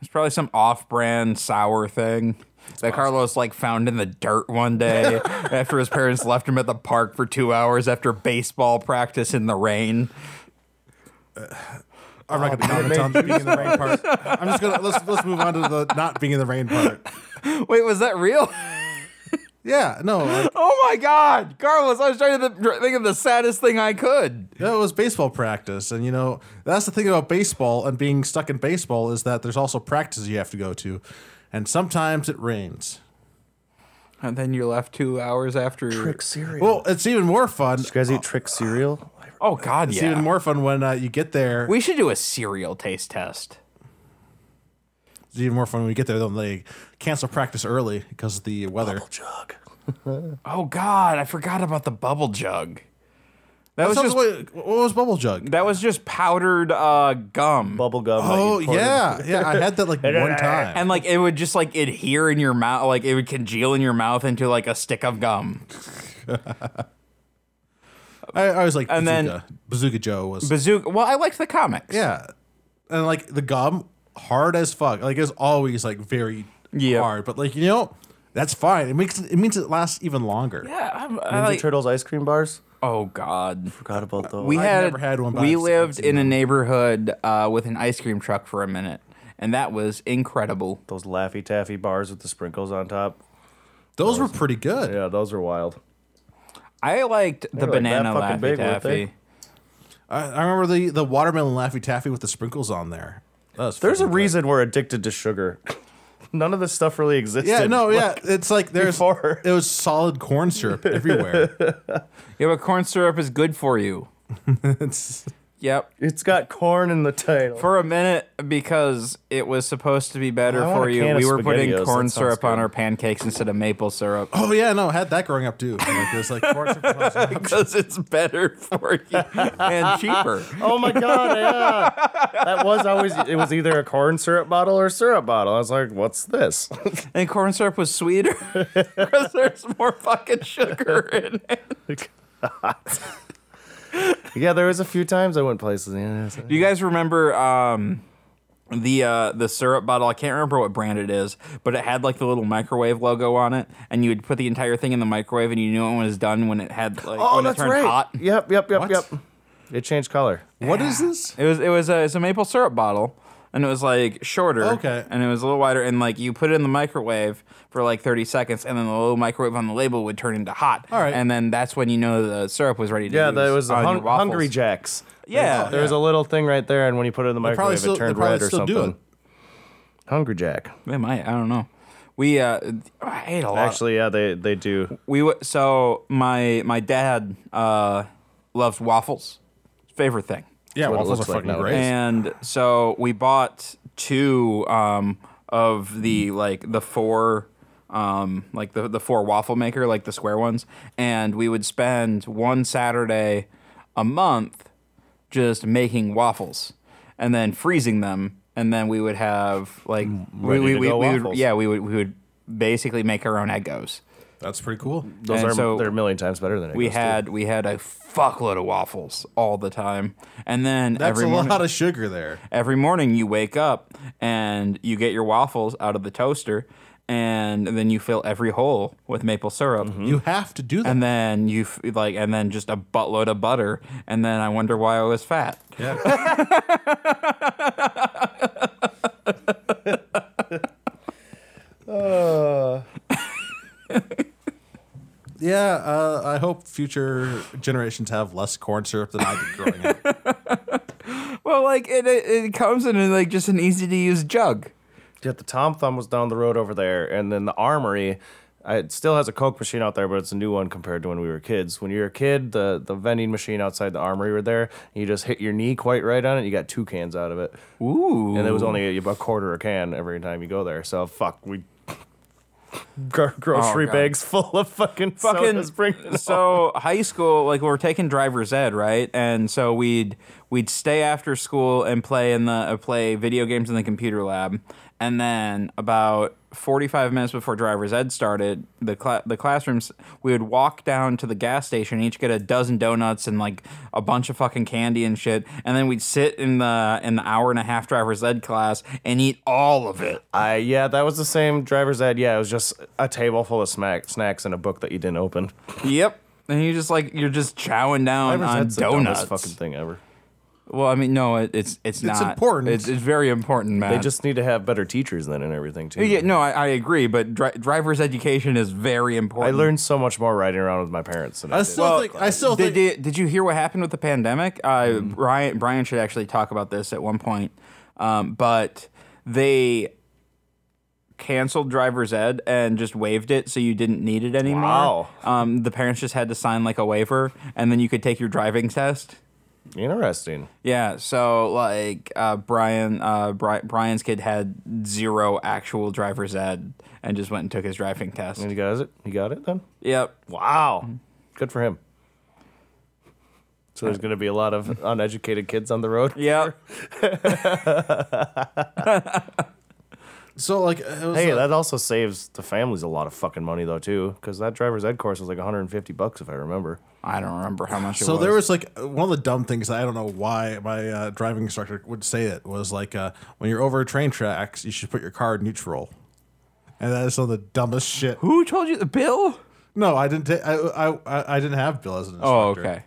Speaker 1: It's probably some off-brand sour thing that Carlos like found in the dirt one
Speaker 2: [laughs]
Speaker 1: day after his parents left him at the park for two hours after baseball practice in the rain.
Speaker 2: I'm
Speaker 1: Oh,
Speaker 2: not gonna comment on the being in the rain
Speaker 1: [laughs]
Speaker 2: part. I'm just gonna let's let's move on to the not being in the rain part.
Speaker 1: Wait, was that real?
Speaker 2: Yeah, no, like,
Speaker 1: [laughs] Oh my God, Carlos! I was trying to th- think of the saddest thing I could.
Speaker 2: that was baseball practice, and you know that's the thing about baseball and being stuck in baseball is that there's also practices you have to go to, and sometimes it rains.
Speaker 1: And then you're left two hours after.
Speaker 3: cereal.
Speaker 2: Well, it's even more fun.
Speaker 3: you guys eat trick cereal?
Speaker 1: Oh God,
Speaker 2: It's
Speaker 1: yeah.
Speaker 2: even more fun when uh, you get there.
Speaker 1: we should do a cereal taste test.
Speaker 2: it's even more fun when you get there. Then they cancel practice early because of the weather.
Speaker 3: Jug.
Speaker 1: Oh God, I forgot about the bubble jug. That was
Speaker 2: That
Speaker 1: just
Speaker 2: sounds like- what was bubble jug?
Speaker 1: that was just powdered uh, gum.
Speaker 3: Bubble gum. that
Speaker 2: Oh
Speaker 3: you poured in-
Speaker 2: yeah, yeah. I had that like one time.
Speaker 1: and like it would just like adhere in your mouth, like it would congeal in your mouth into like a stick of gum.
Speaker 2: I, I was like,
Speaker 1: And then-
Speaker 2: Bazooka. Bazooka Joe was,
Speaker 1: Bazooka. Well, I liked the comics.
Speaker 2: yeah, and like the gum hard as fuck. Like it's always like very
Speaker 1: Yeah.
Speaker 2: hard, but like you know, that's fine. It makes it means it lasts even longer.
Speaker 1: Yeah, I'm- I
Speaker 3: Ninja
Speaker 1: like-
Speaker 3: Turtles ice cream bars.
Speaker 1: oh God.
Speaker 3: Forgot about those.
Speaker 1: We had,
Speaker 2: never had one, but
Speaker 1: we
Speaker 2: I've- I've
Speaker 1: lived
Speaker 2: seen
Speaker 1: in a neighborhood uh, with an ice cream truck for a minute, and that was incredible.
Speaker 3: those Laffy Taffy bars with the sprinkles on top.
Speaker 2: Those were pretty good.
Speaker 3: Yeah, those are wild.
Speaker 1: I liked the
Speaker 3: were, like, that
Speaker 1: banana
Speaker 3: fucking
Speaker 1: Laffy
Speaker 3: big, weren't
Speaker 1: Taffy.
Speaker 3: they?
Speaker 2: I, I remember the the watermelon Laffy Taffy with the sprinkles on there. That was
Speaker 3: There's a
Speaker 2: fucking good.
Speaker 3: reason we're addicted to sugar. [laughs] None of this stuff really existed.
Speaker 2: Yeah, no, yeah. It's like there's
Speaker 3: [laughs] before.
Speaker 2: [laughs] it was solid corn syrup everywhere.
Speaker 1: Yeah, but corn syrup is good for you.
Speaker 3: [laughs]
Speaker 2: it's
Speaker 1: Yep.
Speaker 3: It's got corn in the title.
Speaker 1: For a minute, because it was supposed to be better
Speaker 3: I want
Speaker 1: for
Speaker 3: a
Speaker 1: you,
Speaker 3: can of
Speaker 1: we were putting
Speaker 3: SpaghettiOs,
Speaker 1: corn
Speaker 3: that sounds
Speaker 1: syrup on
Speaker 3: good.
Speaker 1: our pancakes instead of maple syrup.
Speaker 2: Oh yeah, no, I had that growing up too. Like, there's like corn syrup.
Speaker 1: [laughs]
Speaker 2: corn syrup.
Speaker 1: Because it's better for you and cheaper.
Speaker 3: [laughs] Oh my god, yeah. That was always it was either a corn syrup bottle or a syrup bottle. I was like,
Speaker 2: [laughs]
Speaker 3: what's this?
Speaker 1: And corn syrup was [laughs] sweeter because there's more fucking sugar in it.
Speaker 3: yeah, there was a few times I went places. Yeah, it's-
Speaker 2: Oh,
Speaker 1: Do you guys remember um, the uh, the syrup bottle? I can't remember what brand it is, but it had like the little microwave logo on it, and you would put the entire thing in the microwave, and you knew it was done when it had like
Speaker 3: oh,
Speaker 1: when
Speaker 3: that's
Speaker 1: it turned
Speaker 3: right.
Speaker 1: hot.
Speaker 3: Yep, yep, yep,
Speaker 2: What?
Speaker 3: yep. It changed color.
Speaker 2: What is this?
Speaker 1: It was it was a it's a maple syrup bottle, and it was like shorter.
Speaker 2: Okay.
Speaker 1: and it was a little wider, and like you put it in the microwave for like thirty seconds, and then the little microwave on the label would turn into hot.
Speaker 2: All right.
Speaker 1: and then that's when you know the syrup was ready to
Speaker 3: Yeah,
Speaker 1: use
Speaker 3: that was the
Speaker 1: on your
Speaker 3: hung-
Speaker 1: waffles.
Speaker 3: Hungry Jacks.
Speaker 1: Yeah.
Speaker 3: There was a little thing right there, and when you put it in the
Speaker 2: probably
Speaker 3: microwave,
Speaker 2: still-
Speaker 3: it
Speaker 2: they
Speaker 3: turned
Speaker 2: probably
Speaker 3: red or
Speaker 2: still do
Speaker 3: something.
Speaker 2: it.
Speaker 3: Hungry Jack.
Speaker 1: They might. I don't know. We uh, I ate a lot.
Speaker 3: Actually, yeah, they they do.
Speaker 1: we w- so my my dad uh loves waffles favorite thing
Speaker 2: Yeah,
Speaker 3: what it
Speaker 2: waffles are
Speaker 3: looks like
Speaker 2: fucking
Speaker 3: nowadays.
Speaker 2: great.
Speaker 1: and so we bought two um of the like the four um like the the four waffle maker like the square ones and we would spend one saturday a month just making waffles and then freezing them and then we would have like we,
Speaker 3: Ready
Speaker 1: we,
Speaker 3: to
Speaker 1: we,
Speaker 3: go
Speaker 1: we would
Speaker 3: waffles.
Speaker 1: yeah we would we would basically make our own egos
Speaker 2: That's pretty cool.
Speaker 3: Those
Speaker 1: And
Speaker 3: are
Speaker 1: so-
Speaker 3: they're a million times better than it
Speaker 1: we
Speaker 3: goes to.
Speaker 1: had we had a fuckload of waffles all the time, and then
Speaker 2: That's
Speaker 1: every
Speaker 2: a
Speaker 1: morning,
Speaker 2: lot of sugar there.
Speaker 1: every morning you wake up and you get your waffles out of the toaster, and then you fill every hole with maple syrup.
Speaker 2: You have to do that.
Speaker 1: And then you f- like, and then just a buttload of butter, and then I wonder why I was fat.
Speaker 2: yeah. [laughs] yeah, uh, I hope future generations have less corn syrup than I did growing up.
Speaker 1: Well, like it, it, it comes in a, like just an easy to use jug.
Speaker 3: Yeah, the Tom Thumb was down the road over there, and then the Armory. I, it still has a Coke machine out there, but it's a new one compared to when we were kids. When you were a kid, the, the vending machine outside the Armory were there. And you just hit your knee quite right on it. You got two cans out of it,
Speaker 1: Ooh,
Speaker 3: and it was only a, a quarter a can every time you go there. So fuck, we [laughs] gro- grocery
Speaker 1: Oh, God.
Speaker 3: bags full of fucking
Speaker 1: fucking
Speaker 3: sodas, bring them home.
Speaker 1: so high school like we were taking driver's ed right and so we'd we'd stay after school and play in the uh, play video games in the computer lab and then about 45 minutes before driver's ed started the cla- the classrooms we would walk down to the gas station and each get a dozen donuts and like a bunch of fucking candy and shit and then we'd sit in the in the hour and a half driver's ed class and eat all of
Speaker 3: [laughs]
Speaker 1: it
Speaker 3: I yeah, that was the same driver's ed. Yeah, it was just a table full of smack, snacks and a book that you didn't open.
Speaker 1: yep and you just like you're just chowing down
Speaker 3: Driver's
Speaker 1: on
Speaker 3: ed's the dumbest
Speaker 1: donuts
Speaker 3: fucking thing ever.
Speaker 1: Well, I mean, no, it, it's it's not.
Speaker 2: important.
Speaker 1: It's, it's very important, man.
Speaker 3: They just need to have better teachers then and everything too.
Speaker 1: yeah, no, I, I agree, but dri- driver's education is very
Speaker 3: I
Speaker 1: important.
Speaker 3: learned so much more riding around with my parents than I
Speaker 2: I
Speaker 3: did.
Speaker 2: still think. I still
Speaker 1: Did,
Speaker 2: think.
Speaker 1: did, did you hear what happened with the pandemic? Uh,
Speaker 3: Mm.
Speaker 1: Brian Brian should actually talk about this at one point, um, but they canceled driver's ed and just waived it, so you didn't need it anymore.
Speaker 3: Wow.
Speaker 1: Um, the parents just had to sign like a waiver, and then you could take your driving test.
Speaker 3: Interesting.
Speaker 1: Yeah, so like uh, Brian, uh, Bri- Brian's kid had zero actual driver's ed and just went and took his driving test.
Speaker 3: And he got it. He got it then.
Speaker 1: Yep. Mm-hmm.
Speaker 3: Wow. Good for him. So there's going to be a
Speaker 1: [laughs]
Speaker 3: lot of uneducated kids on the road.
Speaker 1: Yep.
Speaker 2: so like, it was
Speaker 3: Hey,
Speaker 2: like-
Speaker 3: that also saves the families a lot of fucking money though too, because that driver's ed course was like 150 bucks if I remember.
Speaker 1: I don't remember how much. It
Speaker 2: So
Speaker 1: was.
Speaker 2: there was like one of the dumb things I don't know why my uh, driving instructor would say it was like uh, when you're over train tracks, you should put your car in neutral. And that is some of the dumbest shit.
Speaker 1: Who told you the bill?
Speaker 2: No, I didn't. Ta- I, I- I I didn't have Bill as an instructor.
Speaker 1: Oh, okay.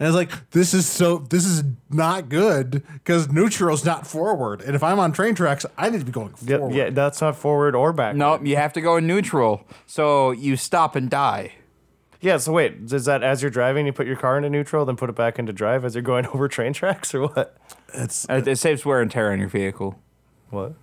Speaker 2: And it's like this is so this is not good because neutral's not forward. And if I'm on train tracks, I need to be going
Speaker 3: Yeah,
Speaker 2: forward.
Speaker 3: yeah, that's not forward or back.
Speaker 1: No, you have to go in neutral, so you stop and die.
Speaker 3: Yeah. So wait, is that as you're driving, you put your car into neutral, then put it back into drive as you're going [laughs] over train tracks, or what?
Speaker 2: It's
Speaker 1: It, it saves wear and tear on your vehicle.
Speaker 3: What?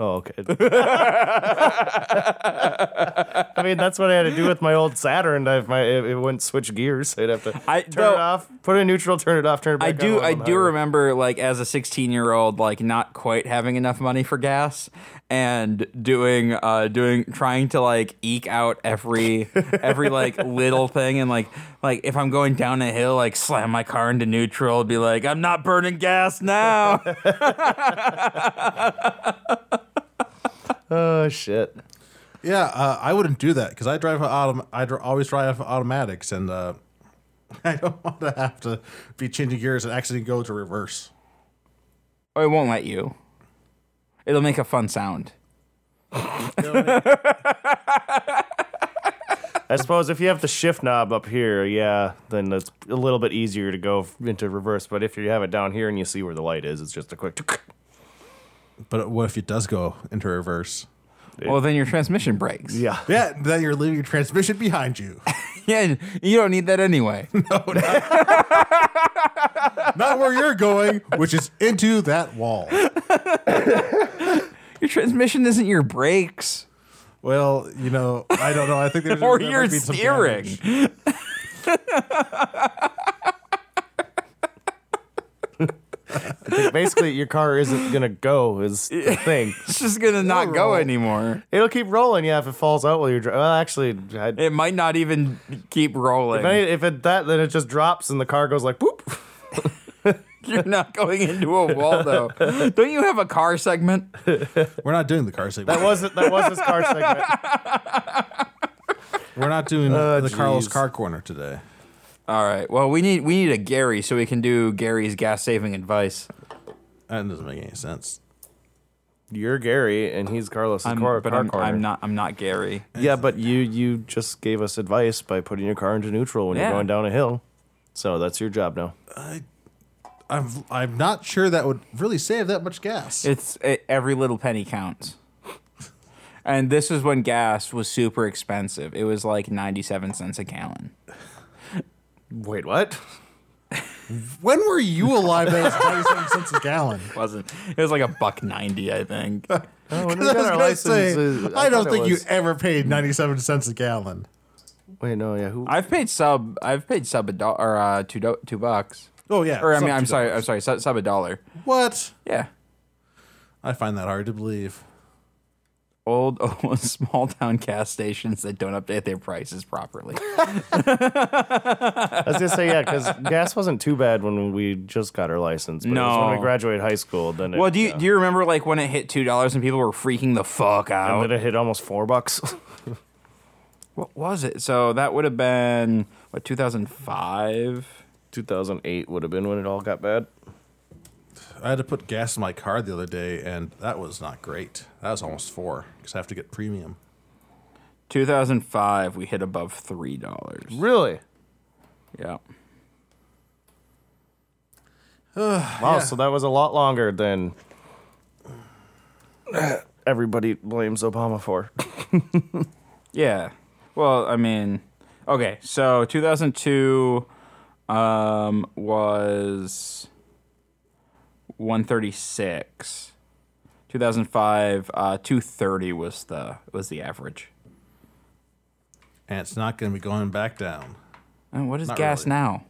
Speaker 3: Oh,
Speaker 1: [laughs]
Speaker 3: okay. I mean, that's what I had to do with my old Saturn. If my it, it wouldn't switch gears, I'd have to
Speaker 1: I-
Speaker 3: turn
Speaker 1: no.
Speaker 3: it off, put it in neutral, turn it off, turn it back.
Speaker 1: I do.
Speaker 3: on,
Speaker 1: I
Speaker 3: on the
Speaker 1: do
Speaker 3: highway.
Speaker 1: remember, like as a 16 year old, like not quite having enough money for gas and doing, uh, doing, trying to like eke out
Speaker 2: [laughs]
Speaker 1: every, every like little thing, and like, like if I'm going down a hill, like slam my car into neutral, be like, I'm not burning gas
Speaker 2: [laughs]
Speaker 1: now.
Speaker 3: Oh shit!
Speaker 2: yeah. Uh, I wouldn't do that because I drive autom- I dr- always drive automatics, and uh, [laughs] I don't want to have to be changing gears and actually go to reverse.
Speaker 1: or Oh, it won't let you. It'll make a fun sound.
Speaker 3: I suppose if you have the shift knob up here, yeah, then it's a little bit easier to go f- into reverse. But if you have it down here and you see where the light is, it's just a quick.
Speaker 2: But what if it does go into reverse?
Speaker 1: Well, then your transmission breaks. [laughs]
Speaker 3: Yeah.
Speaker 2: Yeah, then you're leaving your transmission behind you.
Speaker 1: Yeah, you don't need that
Speaker 2: [laughs]
Speaker 1: anyway.
Speaker 2: Not where you're going, which is into that wall.
Speaker 1: your transmission isn't your brakes
Speaker 2: Well, you know, I don't know. I think [laughs] there's
Speaker 1: or
Speaker 2: there
Speaker 1: your
Speaker 2: might be some
Speaker 1: steering.
Speaker 2: damage.
Speaker 3: Basically, your car isn't gonna go
Speaker 1: [laughs]
Speaker 3: is the thing.
Speaker 1: It's just gonna not go
Speaker 2: roll.
Speaker 1: anymore.
Speaker 3: It'll keep rolling, yeah. If it falls out while you're driving, well, actually, I,
Speaker 1: It might not even keep rolling.
Speaker 3: If, any, if it that, then it just drops and the car goes like boop.
Speaker 1: [laughs] You're not going into a wall
Speaker 3: [laughs]
Speaker 1: though. don't you have a car segment?
Speaker 2: We're not doing the car segment.
Speaker 3: That was that was his car segment.
Speaker 2: We're not [laughs] doing the Carlos
Speaker 3: jeez.
Speaker 2: car corner today.
Speaker 1: All right. Well, we need we need a Gary so we can do Gary's gas saving advice.
Speaker 2: That doesn't make any sense.
Speaker 3: [laughs] You're Gary and he's Carlos.
Speaker 1: I'm-
Speaker 3: car,
Speaker 1: but
Speaker 3: car
Speaker 1: I'm,
Speaker 3: corner.
Speaker 1: I'm not I'm not Gary.
Speaker 3: Yeah, but you you just gave us advice by putting your car into neutral when
Speaker 1: Yeah.
Speaker 3: you're going down a hill. So that's your job now.
Speaker 2: I'm I'm not sure that would really save that much gas.
Speaker 1: It's it, every little penny counts. And this is when gas was super expensive. It was like 97 cents a gallon.
Speaker 3: Wait, [laughs] what?
Speaker 2: when were you [laughs] alive? That was 27 cents a gallon.
Speaker 1: wasn't. It was like a buck 90, I
Speaker 3: [laughs]
Speaker 1: think.
Speaker 3: Oh,
Speaker 1: [laughs]
Speaker 3: when we
Speaker 2: 'Cause [laughs] I,
Speaker 3: got
Speaker 2: was
Speaker 3: our
Speaker 2: gonna say,
Speaker 3: licenses,
Speaker 2: I, don't
Speaker 3: thought it
Speaker 2: think you
Speaker 3: was-
Speaker 2: ever paid 97 cents a gallon.
Speaker 3: Wait, no,
Speaker 1: [laughs]
Speaker 3: yeah. Who?
Speaker 1: I've paid sub I've paid sub a dollar or uh, 2 do- 2 bucks.
Speaker 2: Oh yeah.
Speaker 1: Or I mean,
Speaker 2: something
Speaker 1: I'm
Speaker 2: to
Speaker 1: sorry, I'm sorry, sub, sub a dollar.
Speaker 2: that. What?
Speaker 1: Yeah.
Speaker 2: I find that hard to believe.
Speaker 1: Old [laughs] small town gas stations that don't update their prices properly.
Speaker 3: I was gonna say yeah, because gas wasn't too bad when we just got our license. But it was when
Speaker 1: No.
Speaker 3: we graduated high school, then it,
Speaker 1: well, do you do you remember like when it hit two dollars and people were freaking the fuck out?
Speaker 3: and then it hit almost four bucks. [laughs]
Speaker 1: what was it? So that would have been what 2005.
Speaker 3: 2008 would have been when it all got bad.
Speaker 2: I had to put gas in my car the other day, and that was not great. That was almost four because I have to get premium.
Speaker 1: 2005, we hit above three dollars.
Speaker 3: Really?
Speaker 1: Yeah.
Speaker 3: Wow, so that was a lot longer than everybody blames Obama for. [laughs]
Speaker 1: Yeah. Well, I mean, okay. So 2002 um, was 136. 2005, uh, 230 was the was the average.
Speaker 2: and it's not going to be going back down.
Speaker 1: Uh, what is
Speaker 2: Not
Speaker 1: gas
Speaker 2: really.
Speaker 1: now?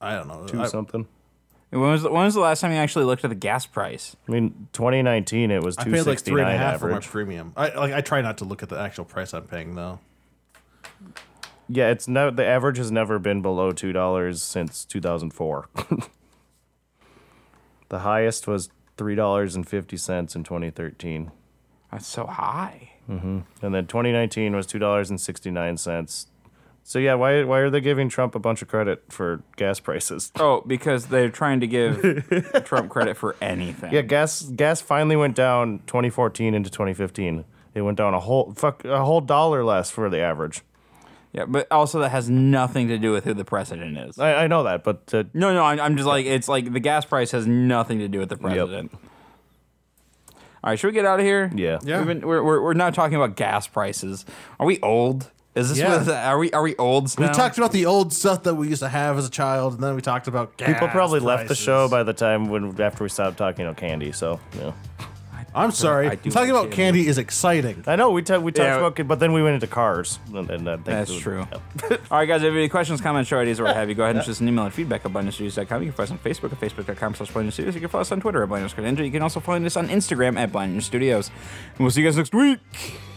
Speaker 2: I don't know.
Speaker 3: Do
Speaker 2: I-
Speaker 3: something.
Speaker 1: When was the, when was the last time you actually looked at the gas price?
Speaker 3: I mean, 2019 it was
Speaker 2: I paid like
Speaker 3: 269
Speaker 2: three and a half for my
Speaker 3: average.
Speaker 2: premium. I like I try not to look at the actual price I'm paying though.
Speaker 3: Yeah, it's no the average has never been below two dollars since 2004. [laughs] the highest was three dollars and fifty cents in 2013.
Speaker 1: That's so high.
Speaker 3: and then 2019 was two dollars and sixty nine cents. So yeah, why why are they giving Trump a bunch of credit for gas [laughs] prices?
Speaker 1: Oh, because they're trying to [laughs] give Trump credit for anything.
Speaker 3: Yeah, gas gas finally went down 2014 into 2015. It went down a whole fuck a whole dollar less for the average.
Speaker 1: yeah, but also that has nothing to do with who the president is.
Speaker 3: I, I know that, but uh,
Speaker 1: No, no, I'm, I'm just like it's like the gas price has nothing to do with the president. All right, should we get out of here?
Speaker 3: yeah,
Speaker 2: Yeah.
Speaker 1: We've been, we're, we're we're now talking about gas prices. Are we old? Is this
Speaker 2: Yeah.
Speaker 1: what, are we are we old
Speaker 2: We
Speaker 1: now?
Speaker 2: talked about the old stuff that we used to have as a child, and then we talked about gas
Speaker 3: People probably left the
Speaker 2: prices.
Speaker 3: show by the time when after we stopped talking about candy. So yeah,
Speaker 2: I'm sorry.
Speaker 1: I do
Speaker 2: talking
Speaker 1: like
Speaker 2: about candy is exciting.
Speaker 3: I know we ta- we talked
Speaker 1: Yeah.
Speaker 3: about, ca- but then we went into cars. And, and I think
Speaker 1: That's
Speaker 3: it was-
Speaker 1: true. All right, guys, if you have any questions, comments, show ideas, or what have you, go ahead and send us an email at feedback at blindnewsstudios.com. You can find us on Facebook at facebook.com slash blind News studios. You can follow us on Twitter at blind News Ninja. You can also find us on Instagram at blind News studios. And we'll see you guys next week.